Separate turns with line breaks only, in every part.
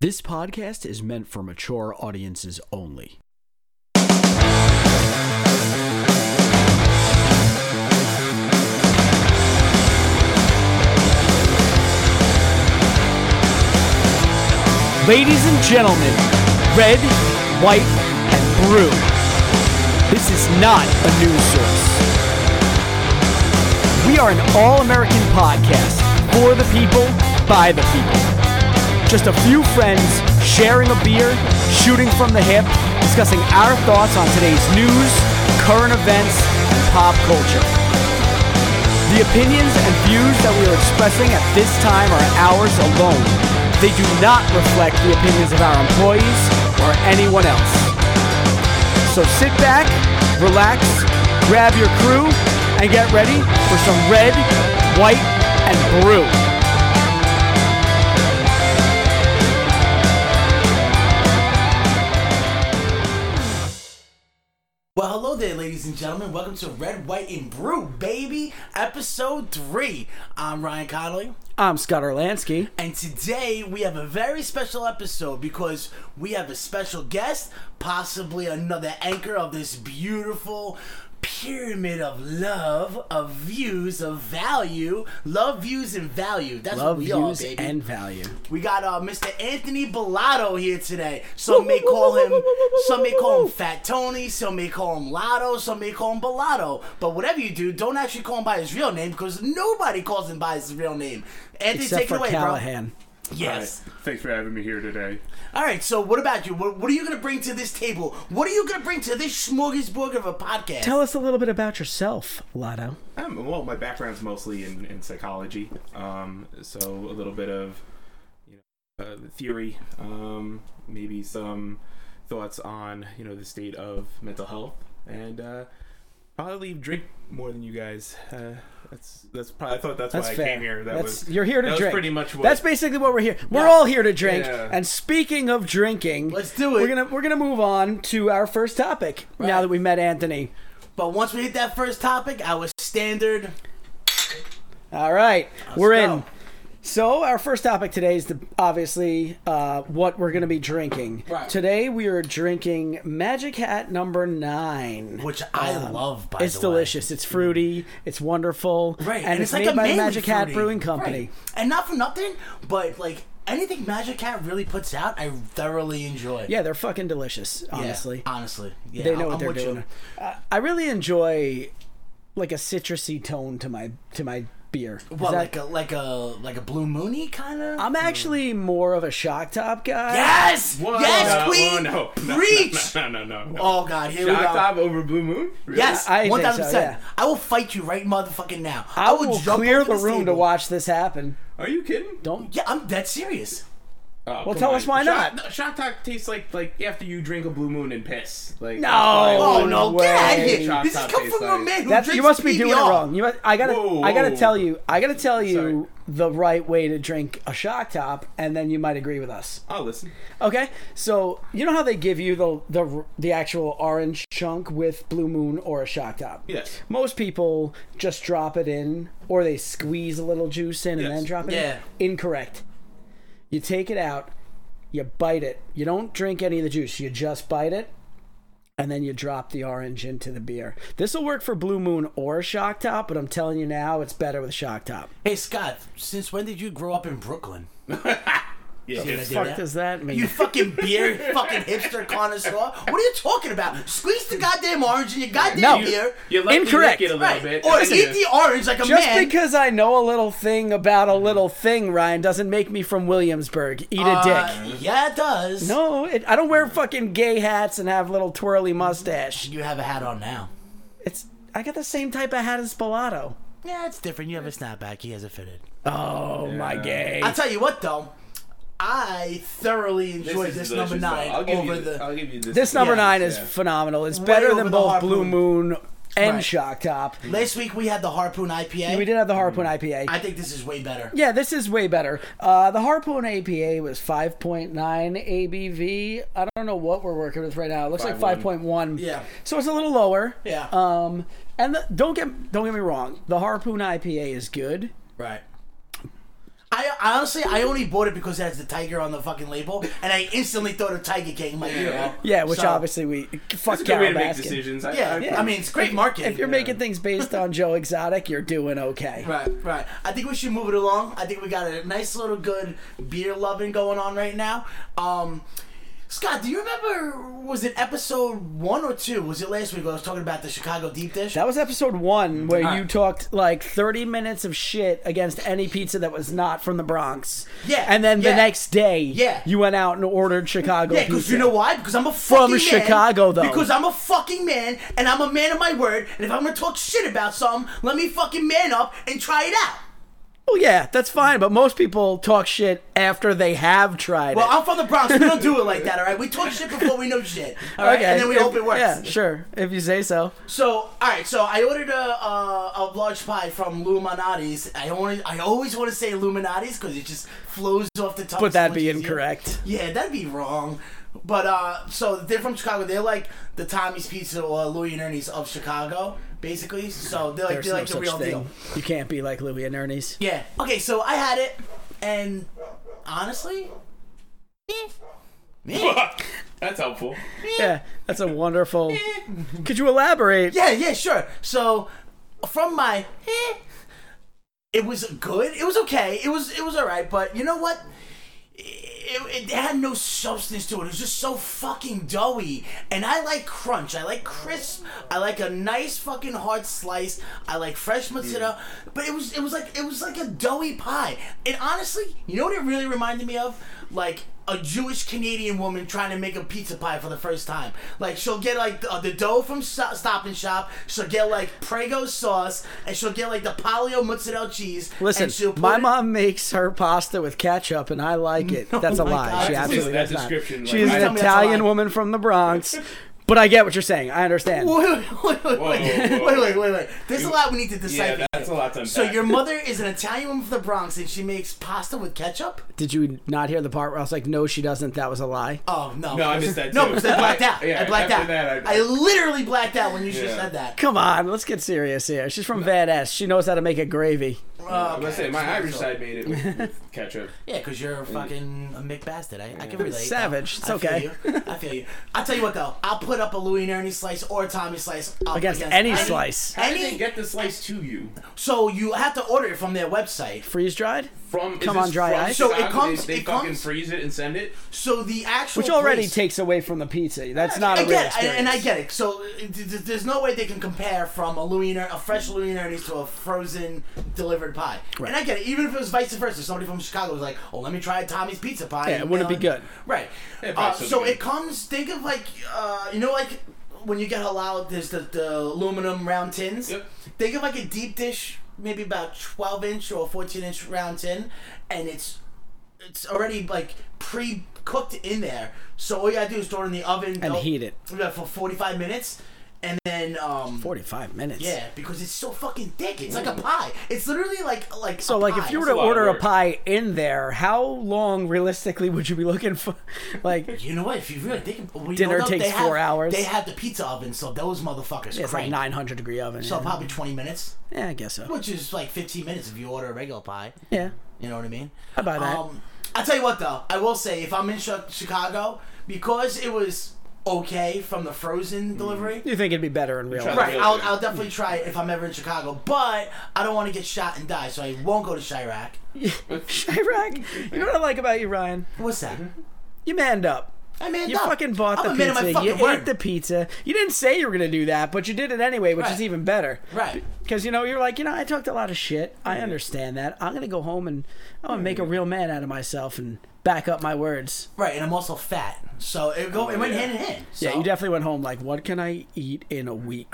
This podcast is meant for mature audiences only. Ladies and gentlemen, red, white, and blue. This is not a news source. We are an all American podcast for the people, by the people. Just a few friends sharing a beer, shooting from the hip, discussing our thoughts on today's news, current events, and pop culture. The opinions and views that we are expressing at this time are ours alone. They do not reflect the opinions of our employees or anyone else. So sit back, relax, grab your crew, and get ready for some red, white, and brew.
Well, hello there, ladies and gentlemen. Welcome to Red, White, and Brew, baby, episode three. I'm Ryan Connolly,
I'm Scott Orlansky.
and today we have a very special episode because we have a special guest, possibly another anchor of this beautiful pyramid of love, of views, of value, love, views, and value. That's
Love,
what we are,
views,
baby.
and value.
We got uh, Mr. Anthony Bellotto here today. Some may call him, some may call him Fat Tony, some may call him Lotto, some may call him Bellotto. But whatever you do, don't actually call him by his real name because nobody calls him by his real name. Anthony,
Except
take
for
it away,
Callahan.
bro. Yes.
Alright, Thanks for having me here today.
All right. So, what about you? What, what are you going to bring to this table? What are you going to bring to this smorgasbord of a podcast?
Tell us a little bit about yourself, Lotto.
Um, well, my background's mostly in, in psychology, um, so a little bit of you know uh, theory, um, maybe some thoughts on you know the state of mental health, and uh, probably drink more than you guys. Uh, that's that's probably I thought that's,
That's
why
fair.
I came here. That
That's-
was
you're here to
that was
drink.
pretty much what
That's basically what we're here. We're
Yeah.
all here to drink.
Yeah.
And speaking of drinking,
Let's do it.
We're gonna we're gonna move on to our first topic. Now
Right.
that we met Anthony.
but once we hit that first topic, our standard.
All right, we're in.
go.
So our first topic today is the, obviously uh, what we're gonna be drinking.
Right.
Today we are drinking Magic Hat number nine. Um,
Which I love, by
it's
the way.
delicious. It's fruity. It's wonderful.
Right,
and, it's, made
a
by
manly
Magic Hat
fruity.
Brewing Company.
Right. And not for nothing, but like anything Magic Hat really puts out, I thoroughly enjoy.
Yeah, they're fucking delicious.
Yeah,
Honestly,
honestly, yeah,
they know
I'm-
what
I'm
they're
with
doing.
you.
I, I really enjoy like a citrusy tone to my to my beer. Is
What,
that-
like a like a like a Blue Moony kind of?
I'm actually more of a shock top guy.
yes,
Whoa,
yes,
no,
Queen,
whoa, uh, no, no,
preach.
No, no, no. no, no.
Oh God, here we
Shock
go.
top over blue moon. Really?
Yes,
I think so,
one thousand percent.
yeah.
I will fight you right, motherfucking now.
I,
will,
will
jump
clear
over
the
this
room to
table.
watch this happen.
Are you kidding?
Don't.
Yeah, I'm dead serious.
Oh,
Well,
come
tell us why
Shock-
not.
no, Shock Talk tastes like like after you drink a Blue Moon and piss. Like
No.
that's why I
Oh,
Oh
wouldn't-
no,
way.
get out of here!
Shock
This is
top
come
tastes
from a
like-
man who
That's,
drinks
you must be doing it
PBR.
wrong. You must, I gotta.
Whoa,
I gotta
whoa.
tell you. I gotta tell you
Sorry.
the right way to drink a shock top, and then you might agree with us.
I'll listen.
Okay, so you know how they give you the the the actual orange chunk with blue moon or a shock top.
Yes.
Most people just drop it in, or they squeeze a little juice in and
Yes.
then drop it
Yeah.
in. Incorrect. You take it out, you bite it. You don't drink any of the juice. You just bite it, and then you drop the orange into the beer. This will work for blue moon or shock top, but I'm telling you now, it's better with shock top.
Hey Scott, since when did you grow up in Brooklyn?
Yeah,
Did I do
fuck-
that?
Does that mean?
You fucking beer, fucking hipster connoisseur. What are you talking about? Squeeze the goddamn orange in your goddamn
No.
beer.
you let me
Incorrect.
lick it a little
Right.
bit,
Or
and then
eat
you-
the orange like a
Just
man.
because I know a little thing about a little thing, Ryan, doesn't make me from Williamsburg. Eat a dick.
Uh, yeah, it does.
No, it, I don't wear fucking gay hats and have little twirly mustache.
You have a hat on now.
It's I got the same type of hat as Spilato.
Yeah, it's different. You have a snapback. He has it fitted.
Oh my gay.
I'll tell you what, though. I thoroughly enjoyed
is
this,
delicious,
number
though.
9
I'll give
over
you
the.
this. I'll give you this.
This number
Yeah,
nine is
yeah.
phenomenal. It's better
over
than
the
both
Harpoon.
Blue Moon and
Right.
Shock Top.
Last week we had the Harpoon IPA.
We did have the
Mm.
Harpoon IPA.
I think this is way better.
yeah, this is way better. Uh, the Harpoon APA was 5.9 ABV. I don't know what we're working with right now. It looks like
5.1.
5.1.
Yeah.
So it's a little lower.
Yeah.
Um, and the, don't get don't get me wrong, the Harpoon IPA is good,
Right. I honestly, I only bought it because it has the tiger on the fucking label, and I instantly thought of Tiger King. Like, you know,
Yeah, which
So,
obviously we fuck
It's a good way
Carol
to make
Baskin.
decisions. I,
Yeah,
I,
I mean, it's great marketing.
If you're making things based on Joe Exotic, you're doing okay.
Right, right. I think we should move it along. I think we got a nice little good beer loving going on right now. Um, Scott, do you remember? Was it episode one or two? Was it last week? Where I was talking about the Chicago deep dish.
That was episode one where
Ah.
you talked like 30 minutes of shit against any pizza that was not from the Bronx.
Yeah,
And then
yeah,
the next day,
yeah.
you went out and ordered Chicago
yeah, because
pizza.
you know why? Because I'm a
From
fucking man.
Chicago, though.
Because I'm a fucking man, and I'm a man of my word. And if I'm gonna talk shit about something, let me fucking man up and try it out.
Well, Oh, yeah, that's fine, but most people talk shit after they have tried
Well,
it.
I'm from the Bronx. We don't do it like that, all right? We talk shit before we know shit, all right? And then we
if-
hope it works.
Yeah, sure, if you say so.
So, all right. So I ordered a uh, a, a large pie from Luminati's. I only, I always want to say Luminati's because it just flows off the tongue.
But
so
that'd
much
be
easier.
incorrect.
Yeah, that'd be wrong. But uh, so they're from Chicago. They're like the Tommy's Pizza or Louie and Ernie's of Chicago, basically. So they're like
There's
they're
no
like the
such
real
thing.
deal.
You can't be like Louis and Ernie's.
Yeah. Okay. So I had it, and honestly, eh,
That's helpful.
Yeah, that's a wonderful.
eh,
Could you elaborate?
Yeah, yeah, sure. So from my eh, it was good. It was okay. It was it was all right, but you know what? It, it had no substance to it. It was just so fucking doughy. And I like crunch. I like crisp. I like a nice fucking hard slice. I like fresh mozzarella.
Mm.
But it was it was like it was like a doughy pie. And honestly, you know what it really reminded me of? Like a Jewish Canadian woman trying to make a pizza pie for the first time. Like she'll get like the, uh, the dough from Sto- Stop and Shop. She'll get like Prego sauce, and she'll get like the polio mozzarella cheese.
Listen,
and she'll put
my
it-
mom makes her pasta with ketchup, and I like it. that's a
my
lie.
God.
She
Please,
absolutely
that
does not.
description,
She
like,
is
I-
an
Tell me that's a
Italian
lie.
woman from the Bronx, but I get what you're saying. I understand.
Wait, wait, wait, wait, wait,
whoa.
wait, wait, wait, wait. There's a lot we need to decipher.
Yeah, that's a
here.
lot to unpack.
So your mother is an Italian woman from the Bronx, and she makes pasta with ketchup.
Did you not hear the part where I was like, "No, she doesn't. That was a lie."
Oh no!
No, I missed that
No,
too.
because I blacked out.
I- yeah,
I blacked
after
out.
that,
I,
I-
literally blacked out when you just
Yeah.
said that.
Come on, let's get serious here. She's from Badass. She knows how to make a gravy.
Oh,
I'm gonna say my Irish side Mm. made it with, with ketchup.
Yeah, because you're a fucking a Mick bastard. I, I can relate.
Savage. It's
I feel
okay.
you. I feel you. I'll tell you what though. I'll put up a Louis and Ernie slice or a Tommy slice up
Against any slice.
How did they
Any.
get the slice to you
so you have to order it from their website.
Freeze dried,
from?
Come
is
on,
this
dry
from
ice.
So it
Chicago?
comes-
They, they
it
fucking
comes-
freeze it and send it.
So the actual
which already
place-
takes away from the pizza. That's not
I
a real
get, it,
experience.
and I get it. So uh, th- th- there's no way they can compare from a Louis, a fresh Louis Ernie's to a frozen delivered pie. And I get it. Even if it was vice versa, somebody from Chicago was like, "Oh, let me try Tommy's pizza pie."
Yeah, it wouldn't be good.
right?
Yeah,
Uh,
probably still
so
good.
it comes. Think of like uh, you know, like when you get halal, there's the, the aluminum round tins.
Yep.
Think of like a deep dish, maybe about 12 inch or 14 inch round tin, and it's it's already like pre cooked in there. So all you gotta do is throw it in the oven
And
oh,
heat it.
yeah, for 45 minutes, and then um.
Forty-five minutes.
yeah, because it's so fucking thick. It's like a pie. It's literally like like.
So,
a
like,
pie.
if you were
That's
to
a lot of
order a
work.
pie in there, how long realistically would you be looking for? Like, yeah,
You know what? If you really think, well, you
Dinner
know, though,
takes
they have-
four hours.
They have the pizza oven, so those motherfuckers.
it's like
crank.
nine hundred degree oven.
So
yeah.
probably 20 minutes,
yeah, I guess so.
which is like 15 minutes if you order a regular pie.
Yeah,
You know what I mean?
I buy that.
Um, I tell you what though, I will say if I'm in Chi- Chicago, because it was okay from the frozen delivery.
you think it'd be better in real
Try
life?
Right, I'll,
Yeah.
I'll definitely try it if I'm ever in Chicago, but I don't want to get shot and die, so I won't go to Chirac.
Chirac, you know what I like about you, Ryan?
What's that?
You manned up.
I mean,
Mm-hmm. You fucking bought
I'm
the
a man of
pizza.
my fucking
You ate
word.
the pizza. You didn't say you were gonna do that, but you did it anyway, which
Right.
is even better.
Right.
Because you know you're like, you know, I talked a lot of shit. I understand that. I'm gonna go home and I'm gonna
Mm.
make a real man out of myself and back up my words.
Right, and I'm also fat, so it go it went
yeah.
hand in hand. So.
Oh, Yeah, you definitely went home like, what can I eat in a week?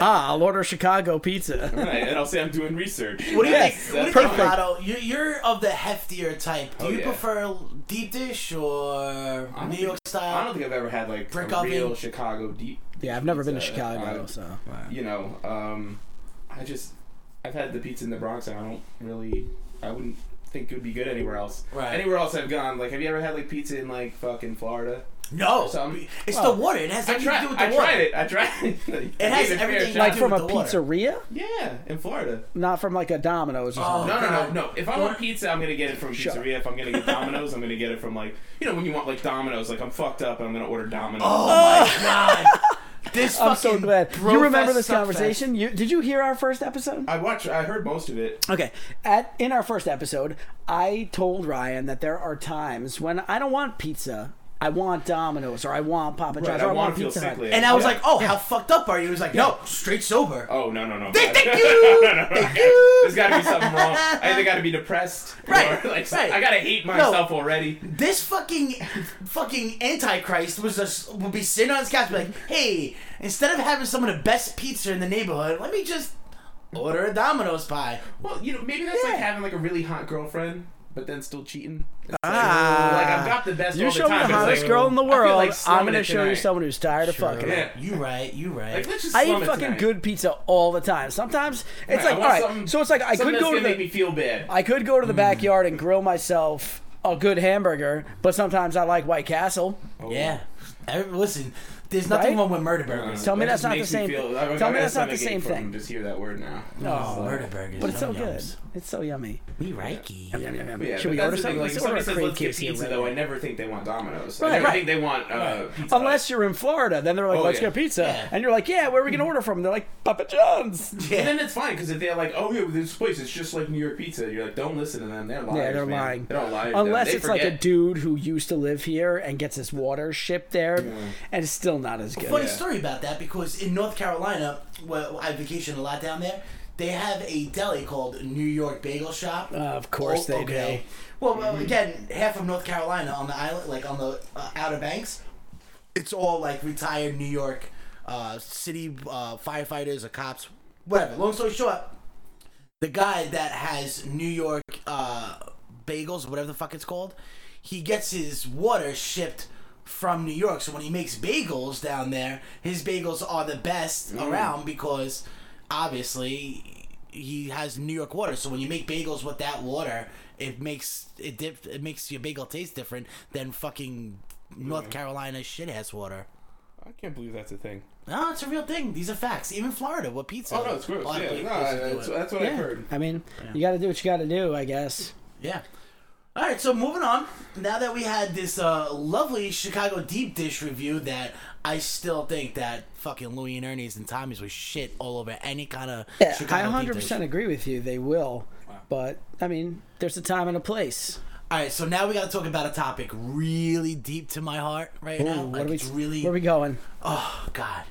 ah, I'll order Chicago pizza.
Right, and I'll say I'm doing research.
What do you
Yes,
think? What do you
perfect.
think, Lotto? You're, you're of the heftier type. Do
Oh,
you
yeah.
prefer deep dish or
don't
New
think-
York style?
I don't think I've ever had like
Brick
a
oven.
real Chicago deep.
Yeah, I've never been to
pizza.
Chicago,
Uh,
so
you know, um, I just I've had the pizza in the Bronx, and I don't really, I wouldn't think it would be good anywhere else.
Right.
Anywhere else I've gone, like, have you ever had like pizza in like fucking Florida?
No,
Some-
it's
Well,
the water. It has
I
nothing
tried.
to do with the
I
water.
tried it. I tried. it
has everything to
Like
do
from a
with the water.
pizzeria,
Yeah, in Florida.
not from like a Domino's. Or
Oh,
something.
No, no, no,
God.
no. If I want pizza, I'm gonna get it from pizzeria. If I'm gonna get Domino's, I'm gonna get it from like you know when you want like Domino's, like I'm fucked up and I'm gonna order Domino's.
Oh my god! This
I'm so
fucking
glad you
bro
remember
fest
this
suck
conversation. You did you hear our first episode?
I watched. I heard most of it.
Okay. At in our first episode, I told Ryan that there are times when I don't want pizza. I want Domino's or I want Papa John's or I
I
want
want to feel
Pizza Hut.
sickly.
fest. And I was
Yeah.
like, "Oh, how fucked up are you?" He was like, "No, straight sober."
oh no, no, no.
Thank you. Thank you.
There's gotta be something wrong. I either gotta be depressed,
Right,
Or like
right.
I gotta hate myself already.
This fucking fucking antichrist was just would be sitting on his couch, be like, "Hey, instead of having some of the best pizza in the neighborhood, let me just order a Domino's pie."
Well, you know, maybe that's like
Yeah.
having like a really hot girlfriend, but then still cheating. It's
Ah.
like, like I've got the best.
You
all the
show me
time,
the
but it's
hottest
like,
girl in the
I feel
world,
like
I'm
slumming
gonna
it
show you
tonight.
someone who's tired of fucking.
Yeah.
You right, you right.
Like, let's just
I
slum
eat
it
fucking
tonight.
good pizza all the time. Sometimes it's
I
like,
want
all right.
something-
so it's like I
something
could
that's
go to
gonna
the
make me Mm. feel bad.
I could go to the backyard and grill myself a good hamburger, but sometimes I like White Castle.
Yeah. Every- listen, there's nothing
Right?
wrong with murder burgers.
Tell me
Uh, That
that's
just
not the
makes me
same.
feel-
thing.
I- I
Tell me
got a
that's not the
stomachache
same
from
thing.
Just hear that word now.
Oh, murder burgers.
But it's so
yum
good.
yums.
It's so yummy.
Me reiki.
But yeah,
Should
but
we
that's
order
the
something?
thing, Like,
Let's order
if somebody
a
says
crate
let's get
case here,
pizza,
right?
though, I never think they want Domino's.
Right,
I never
right.
think they want uh, pizza.
Unless you're in Florida, then they're like,
Oh,
"Let's
yeah.
get pizza,"
Yeah.
and you're like, "Yeah, where are we gonna order from?" They're like, "Papa John's."
And then it's fine because if they're like, "Oh yeah, this place is just like New York pizza," you're like, "Don't listen to them. They're lying.
Yeah, they're lying.
They don't lie.
Unless
they
it's like a
forget.
dude who used to live here and gets his water shipped there, and it's still not as good.
Funny
Yeah.
story about that because in North Carolina, where I vacation a lot down there, they have a deli called New York Bagel Shop.
Uh, of course
Oh,
they do.
Well, well, again, half of North Carolina on the island, like on the uh, Outer Banks, it's all like retired New York uh, city uh, firefighters or cops, whatever. Long story short, the guy that has New York uh, bagels, whatever the fuck it's called, he gets his water shipped from New York. So when he makes bagels down there, his bagels are the best
Mm.
around because obviously he has New York water. So when you make bagels with that water, it makes it dip, it makes your bagel taste different than fucking North Carolina shit ass water.
I can't believe that's a thing.
No, it's a real thing. These are facts. Even Florida, what pizza?
Oh no, it's gross.
a lot of places
Yeah, no,
do
that's,
it.
that's what I've
Yeah,
heard.
I mean, you got to do what you got to do, I guess.
Yeah. All right, so moving on. Now that we had this uh, lovely Chicago deep dish review, that I still think that fucking Louie and Ernie's and Tommy's was shit all over any kind of Chicago
I
deep
100%
dish.
agree with you. They will. But, I mean, there's a time and a place.
All right, so now we got to talk about a topic really deep to my heart right now.
Ooh,
Like
are we,
it's really
where are we going?
oh god.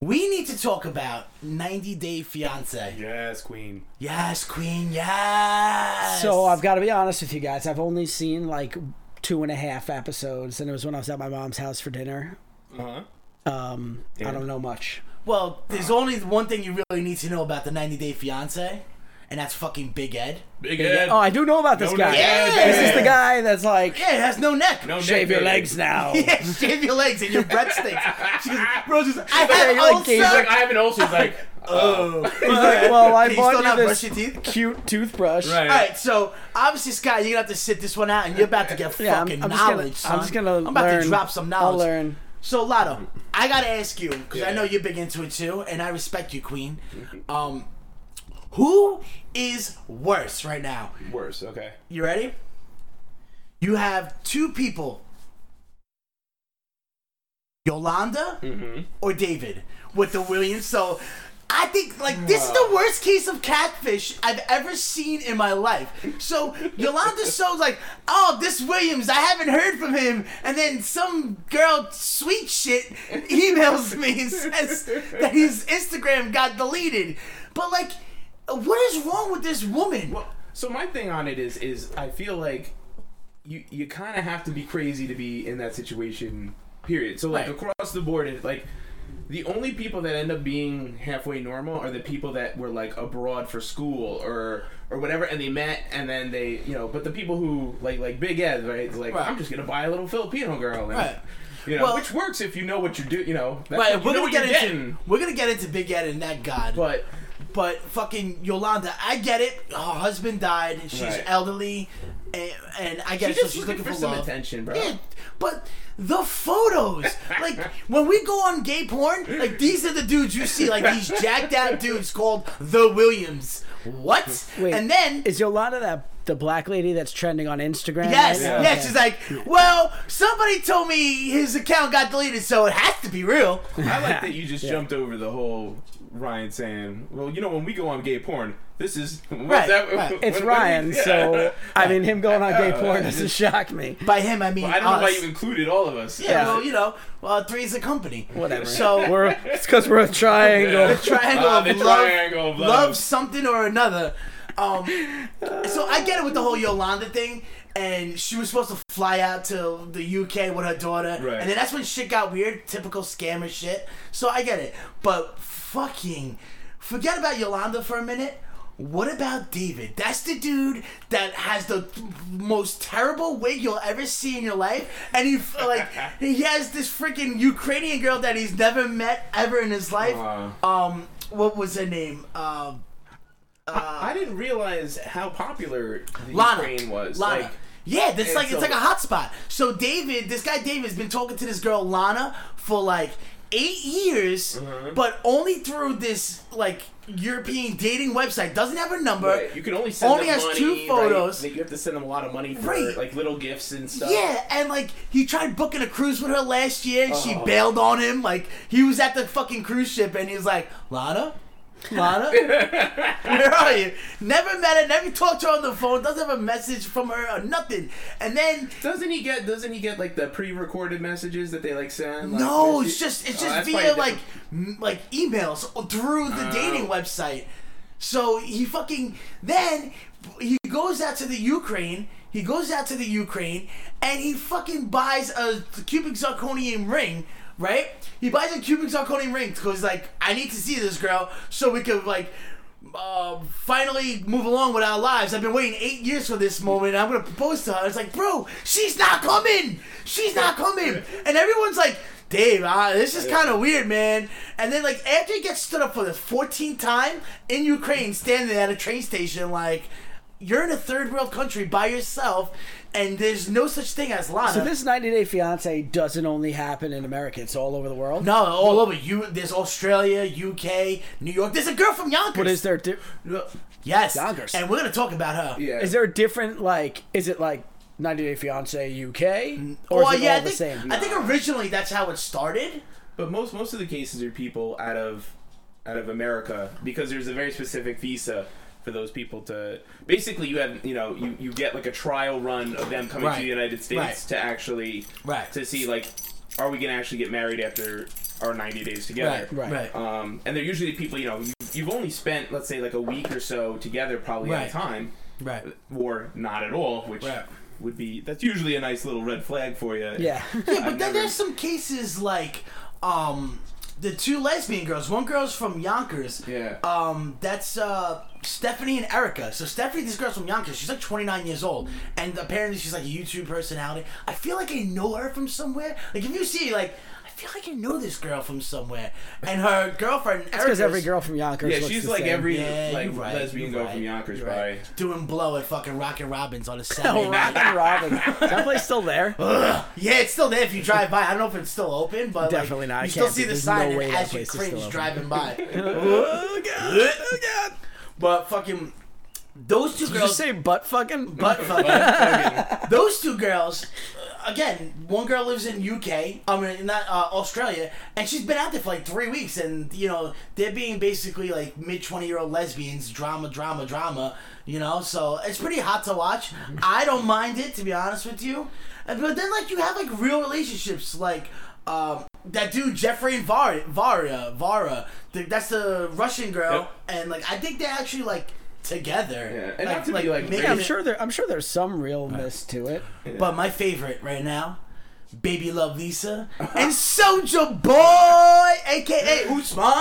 We need to talk about 90 Day Fiance.
Yes, Queen.
Yes, Queen. Yes.
So, uh, I've got to be honest with you guys. I've only seen like two and a half episodes, and it was when I was at my mom's house for dinner.
Uh
Uh-huh.
huh.
Um, I
Yeah.
don't know much.
well, there's only one thing you really need to know about the 90 Day Fiance, and that's fucking Big Ed.
Big Ed.
Oh, I do know about this
No,
guy.
no, Yeah.
no, no,
This is
no.
the guy that's like,
Yeah, it has no neck.
no,
shave your
neck beard.
legs now.
Yeah, shave your legs and your breath stinks. She goes, bro, she's like, I
Yeah,
have
you're like
ulcer.
gazing-
He's like, Ah! I have an ulcer. He's like,
oh.
He's like, well, I
Can you
bought
still
you
not
this
brush your teeth?
cute toothbrush.
right.
All right, so obviously, Scott, you're gonna have to sit this one out, and you're about to get
Yeah, I'm,
fucking
I'm just gonna-
knowledge. son.
I'm just gonna.
I'm about
learn.
to drop some
I'll
knowledge.
learn.
So, Lotto, I gotta ask you because I
Yeah. Mm-hmm.
know you're big into it too, and I respect you, Queen. Um, who is worse right now?
Worse. Okay.
You ready? You have two people Yolanda or David with the Williams. So I think, like, this is the worst case of catfish I've ever seen in my life. So Yolanda So's like, oh, this Williams, I haven't heard from him. And then some girl, sweet shit, emails me and says that his Instagram got deleted. But, like, what is wrong with this woman?
Well, so my thing on it is, is I feel like you you kind of have to be crazy to be in that situation. Period. So like
Right.
across the board, it, like the only people that end up being halfway normal are the people that were like abroad for school or or whatever, and they met and then they you know. But the people who like like Big Ed, right? is Like
Right.
I'm just gonna buy a little Filipino girl, and,
Right.
you know,
Well-
which works if you know what you do. You know, that's
Right,
what- you
we're
know
gonna
what
get
you're
into
getting.
we're gonna get into Big Ed and that god.
But
But fucking Yolanda, I get it. Her husband died. She's
Right.
elderly, and, and I get
She's
it. So
just
she's
looking
looking,
for
for,
some
love.
attention, bro.
Yeah, but the photos, like when we go on gay porn, like these are the dudes you see, like these jacked out dudes called the Williams. What?
Wait,
and then
is Yolanda that the black lady that's trending on Instagram?
Yes,
right now?
yes. She's like, well, somebody told me his account got deleted, so it has to be real.
I like that you just jumped over the whole Ryan saying, "Well, you know, when we go on gay porn, this is what's
Right,
that?
right.
what-
It's
what-
Ryan,
yeah.
so I mean, him going on gay
Oh,
porn
yeah.
doesn't shock me.
By him, I mean
I don't know why
us.
you included all of us.
yeah, well, you know, uh, three's a company.
Whatever.
So
We're it's because we're a triangle.
triangle,
Ah,
of
the
love,
triangle of love.
something or another. Um, so I get it with the whole Yolanda thing, and she was supposed to fly out to the UK with her daughter,
Right.
and then that's when shit got weird, typical scammer shit. So I get it, but fucking forget about Yolanda for a minute. What about David? That's the dude that has the most terrible wig you'll ever see in your life, and he f- like he has this freaking Ukrainian girl that he's never met ever in his life.
Wow.
Um, what was her name? Um,
I, I didn't realize how popular the
Lana.
Ukraine was.
Lana.
Like,
yeah, that's
and
like it's
so-
like a hotspot. So David, this guy David's been talking to this girl Lana for like eight years,
Mm-hmm.
but only through this like European dating website. Doesn't have her number.
right, you can only send
Only
them
has
money,
two
right?
photos.
Like, You have to send them a lot of money for
Right.
like little gifts and stuff.
Yeah, and like he tried booking a cruise with her last year, and she
Oh.
bailed on him. Like he was at the fucking cruise ship, and he was like, "Lana, Lana, where are you?" Never met her, never talked to her on the phone. Doesn't have a message from her or nothing. And then
Doesn't he get? Doesn't he get like the pre-recorded messages that they like send? Like,
no,
is
it's
it-
just it's
Oh,
just
that's probably
via like
different. Uh-huh.
m- like emails through the dating website. So he fucking then he goes out to the Ukraine. He goes out to the Ukraine and he fucking buys a cubic zirconium ring. Right? He buys a cubic zirconium ring because like I need to see this girl so we could like. Uh, finally move along with our lives. I've been waiting eight years for this moment. and I'm gonna propose to her. It's like, bro, she's not coming. She's not coming. And everyone's like, Dave, uh, this is kind of weird, man. And then, like, after he gets stood up for the 14th time in Ukraine, standing at a train station, like, you're in a third world country by yourself, and there's no such thing as Lana.
So this 90 Day Fiance doesn't only happen in America; it's all over the world.
no, all over you. There's Australia, UK, New York. There's a girl from Yonkers.
But is there di-
Yes.
Yonkers.
And we're gonna talk about her.
Yeah.
is there a different like? Is it like 90 Day Fiance UK or
Well,
is it
yeah,
all
I
the
think,
same?
I think originally that's how it started.
But most most of the cases are people out of out of America because there's a very specific visa for those people to basically you have you know you, you get like a trial run of them coming
Right.
to the United States
Right.
to actually
Right.
to see like are we gonna actually get married after our 90 days together
Right.
um, and they're usually people you know you, you've only spent let's say like a week or so together probably at
Right.
a time
right.
or not at all which
Right.
would be that's usually a nice little red flag for you
yeah.
Yeah, but
I've
then
never-
there's some cases like um the two lesbian girls. One girl's from Yonkers.
Yeah.
Um, that's uh Stephanie and Erica. So Stephanie, this girl's from Yonkers. She's like 29 years old, and apparently she's like a YouTube personality. I feel like I know her from somewhere. Like if you see like. I feel like I know this girl from somewhere, and her girlfriend.
Because every girl from Yonkers.
yeah
looks
she's
the
like
same.
every
Yeah,
like
you're right,
lesbian
you're
girl
right,
from Yonkers
you're
by
right. doing blow at fucking Rocket Robbins on a Saturday.
Oh,
night.
Rockin' Robin. Is that place still there?
Yeah, it's still there if you drive by. I don't know if it's still open, but like,
Definitely not.
You
I
still
can't
see
be-
the
there's
sign
no way
and
that
as you
place is still
cringe
open.
driving by. oh god, oh god. But fucking those two
Did you
girls,
say butt fucking?
butt fucking. those two girls. uh, Again, one girl lives in UK. I mean, not uh, Australia, and she's been out there for like three weeks. And you know, they're being basically like mid twenty year old lesbians, drama, drama, drama. You know, so it's pretty hot to watch. I don't mind it to be honest with you. And- But then, like, you have like real relationships, like um, that dude Jeffrey and Var- Vara, Vara. The, that's the Russian girl, and like I think they're actually like together.
Yeah, and not to be, like,
making
Yeah, I'm
it-
sure there. I'm sure there's some realness to it.
but my favorite right now, Baby Love Lisa and Soja Boy, aka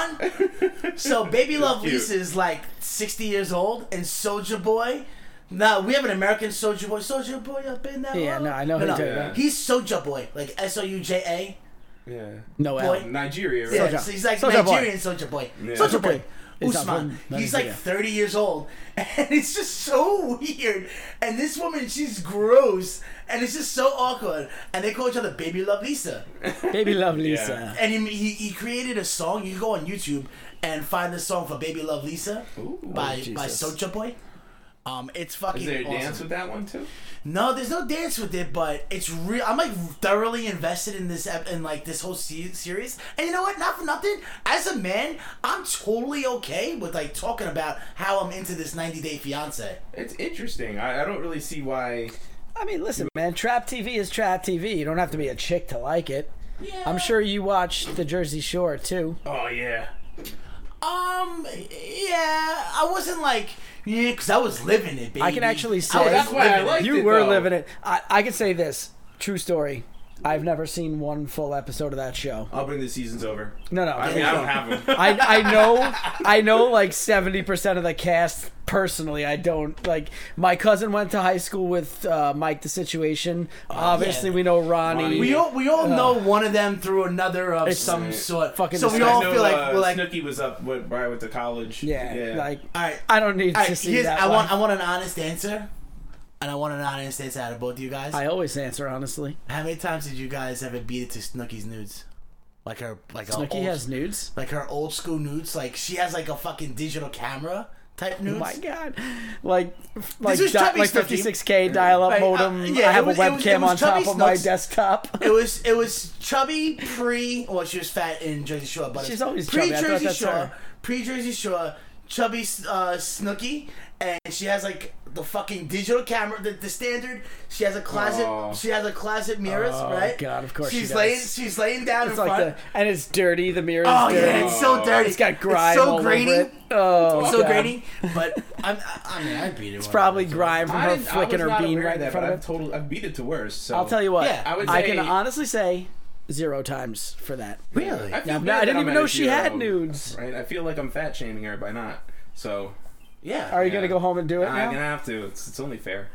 Usman. So Baby Love
cute.
Lisa is like 60 years old, and Soja Boy. Now we have an American Soldier Boy. Soldier Boy up in that.
Yeah,
hall.
no, I know who
But
you're talking
about.
He's Soja Boy, like S O U J A.
yeah
No,
Boy.
Alan.
Nigeria, right?
Yeah,
Soulja.
so he's like
Soulja Boy.
Nigerian Soldier Boy.
Yeah.
Soldier Boy.
It's not
Usman.
from-
He's like 30 years old, and it's just so weird. And this woman, she's gross, and it's just so awkward. And they call each other "Baby Love Lisa."
Baby Love Lisa.
And he, he, he created a song. You can go on YouTube and find the song for "Baby Love Lisa" by by
Oh, Jesus.
Soulja Boy. Um, it's fucking.
Is there a
awesome.
dance with that one too?
No, there's no dance with it, but it's real. I'm like thoroughly invested in this ep- in like this whole se- series. And you know what? Not for nothing. As a man, I'm totally okay with like talking about how I'm into this 90 Day Fiance.
It's interesting. I, I don't really see why.
I mean, listen, man. Trap TV is trap TV. You don't have to be a chick to like it. Yeah. I'm sure you watch The Jersey Shore too.
Oh yeah.
Um, yeah, I wasn't like yeah, because I was living it, baby.
I can actually say
was
That's why I
living it.
liked it.
you were
though.
living it. I, I can say this true story. I've never seen one full episode of that show.
I'll bring the seasons over.
No, no.
I mean, I don't have them.
I, I know I know like seventy percent of the cast personally. I don't like my cousin went to high school with uh, Mike the Situation. Obviously,
yeah.
we know Ronnie.
Oh, Ronnie.
We all we all know one of them through another of
It's
some
right.
sort.
fucking
so we
disgusting.
all
I know,
feel like
uh,
we're like, all
Snooki was up with, where I went to college.
yeah, like
right,
I don't need
all
to
right.
see
Here's,
that.
I want
one.
I want an honest answer, and I want an honest answer out of both of you guys.
I always answer honestly.
How many times did you guys ever beat it to Snooki's nudes? Like her, like her
Snooki
old,
has nudes.
like her old school nudes. Like she has like a fucking digital camera type nudes.
Oh my god, like like
was
di-
chubby
like
Snooki.
fifty six k dial up
Right, uh,
modem.
yeah,
I have
it was-
a
it was- it
webcam
was
on top
chubby
of my
Snooks.
desktop.
It was it was chubby pre. Well, she was fat in Jersey Shore, but
She's
it's
always
pre
chubby. I thought
Jersey
that's
Shore,
her.
pre Jersey Shore, chubby uh, Snooki, and she has like the fucking digital camera, the, the standard. She has a closet.
Oh.
She has a closet mirrors,
Oh,
right?
God, of course she
she's
does.
laying. She's laying down
It's
in
like
front.
the and it's dirty. The mirror. Is
Oh
dirty.
yeah, it's so dirty.
It's got grime.
It's so
all over
grainy.
it. Oh,
so
God.
grainy, but I'm, I, I mean, I beat it. It's
Probably grime from
I
her
didn't,
flicking
I was
her
not
bean
aware
right
of that,
in front
but
of
I've
it.
totally I've beat it to worse. So
I'll tell you what.
Yeah,
I,
I would
can
say-
honestly say zero times for that.
Really?
I,
No,
feel bad
no, I
that
didn't
I'm
even
at
know
a
she had
zero,
nudes.
Right? I feel like I'm fat shaming her by not. So
Yeah.
Are you
Yeah.
gonna go home and do it
I'm
now?
gonna have to. It's, it's only fair.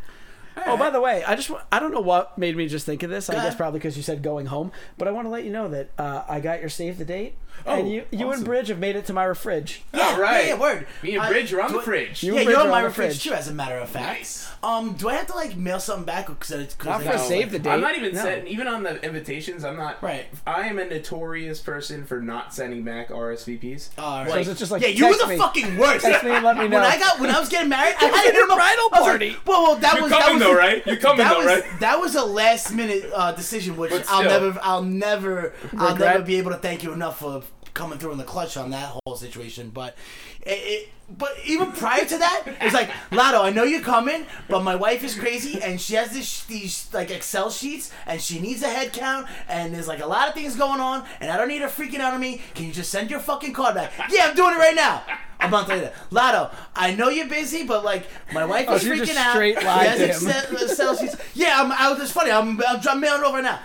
Oh, by the way, I just wa- I don't know what made me just think of this. I guess
ahead.
probably because you said going home, but I want to let you know that uh, I got your save the date, and
Oh,
you you and
awesome.
Bridge have made it to my fridge.
Yeah,
All right.
yeah, yeah, word.
Me and
I-
Bridge are on
do
the
I-
fridge.
You-
yeah,
Bridge
you're
are
on my
on the
fridge
fridge.
too, as a matter of fact.
Nice.
Um, do I have to like mail something back? Because it's
Not
cause
for save the date.
I'm not even
No.
setting. Even on the invitations, I'm not.
Right.
I am a notorious person for not sending back RSVPs.
Oh,
All right.
it's just like,
yeah, you were
text
the
me.
fucking worst.
Text me and let me know.
When I got when I was getting married, I had
was
a
your bridal
I was like,
party.
Well, well, that was that was a-
You're coming
That was that was a last minute uh, decision, which
But
I'll
still.
never, I'll never, I'll
Regret?
never be able to thank you enough for coming through in the clutch on that whole situation. But it, it but even prior to that, it's like Lotto, I know you're coming, but my wife is crazy and she has this these like Excel sheets and she needs a head count and there's like a lot of things going on and I don't need her freaking out on me. Can you just send your fucking card back? Yeah, I'm doing it right now. A month later, Lotto, I know you're busy, but like my wife is
so you
freaking
Oh, just
out.
straight
She
lied
has
to him.
Excel- uh, Celsius. Yeah, I'm out. It's funny. I'm, I'm, I'm mailing over now.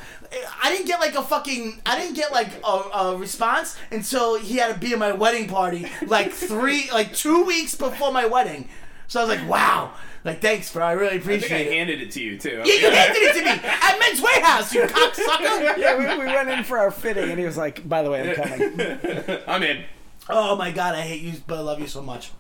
I didn't get like a fucking. I didn't get like a, a response until he had to be at my wedding party like three, like two weeks before my wedding. So I was like, wow. Like, thanks, bro. I really
I think I
appreciate it.
handed it to you too.
Yeah, you handed it to me at Men's Warehouse, you cocksucker.
yeah, we, we went in for our fitting, and he was like, "By the way, I'm coming."
I'm in.
Oh my god, I hate you, but I love you so much.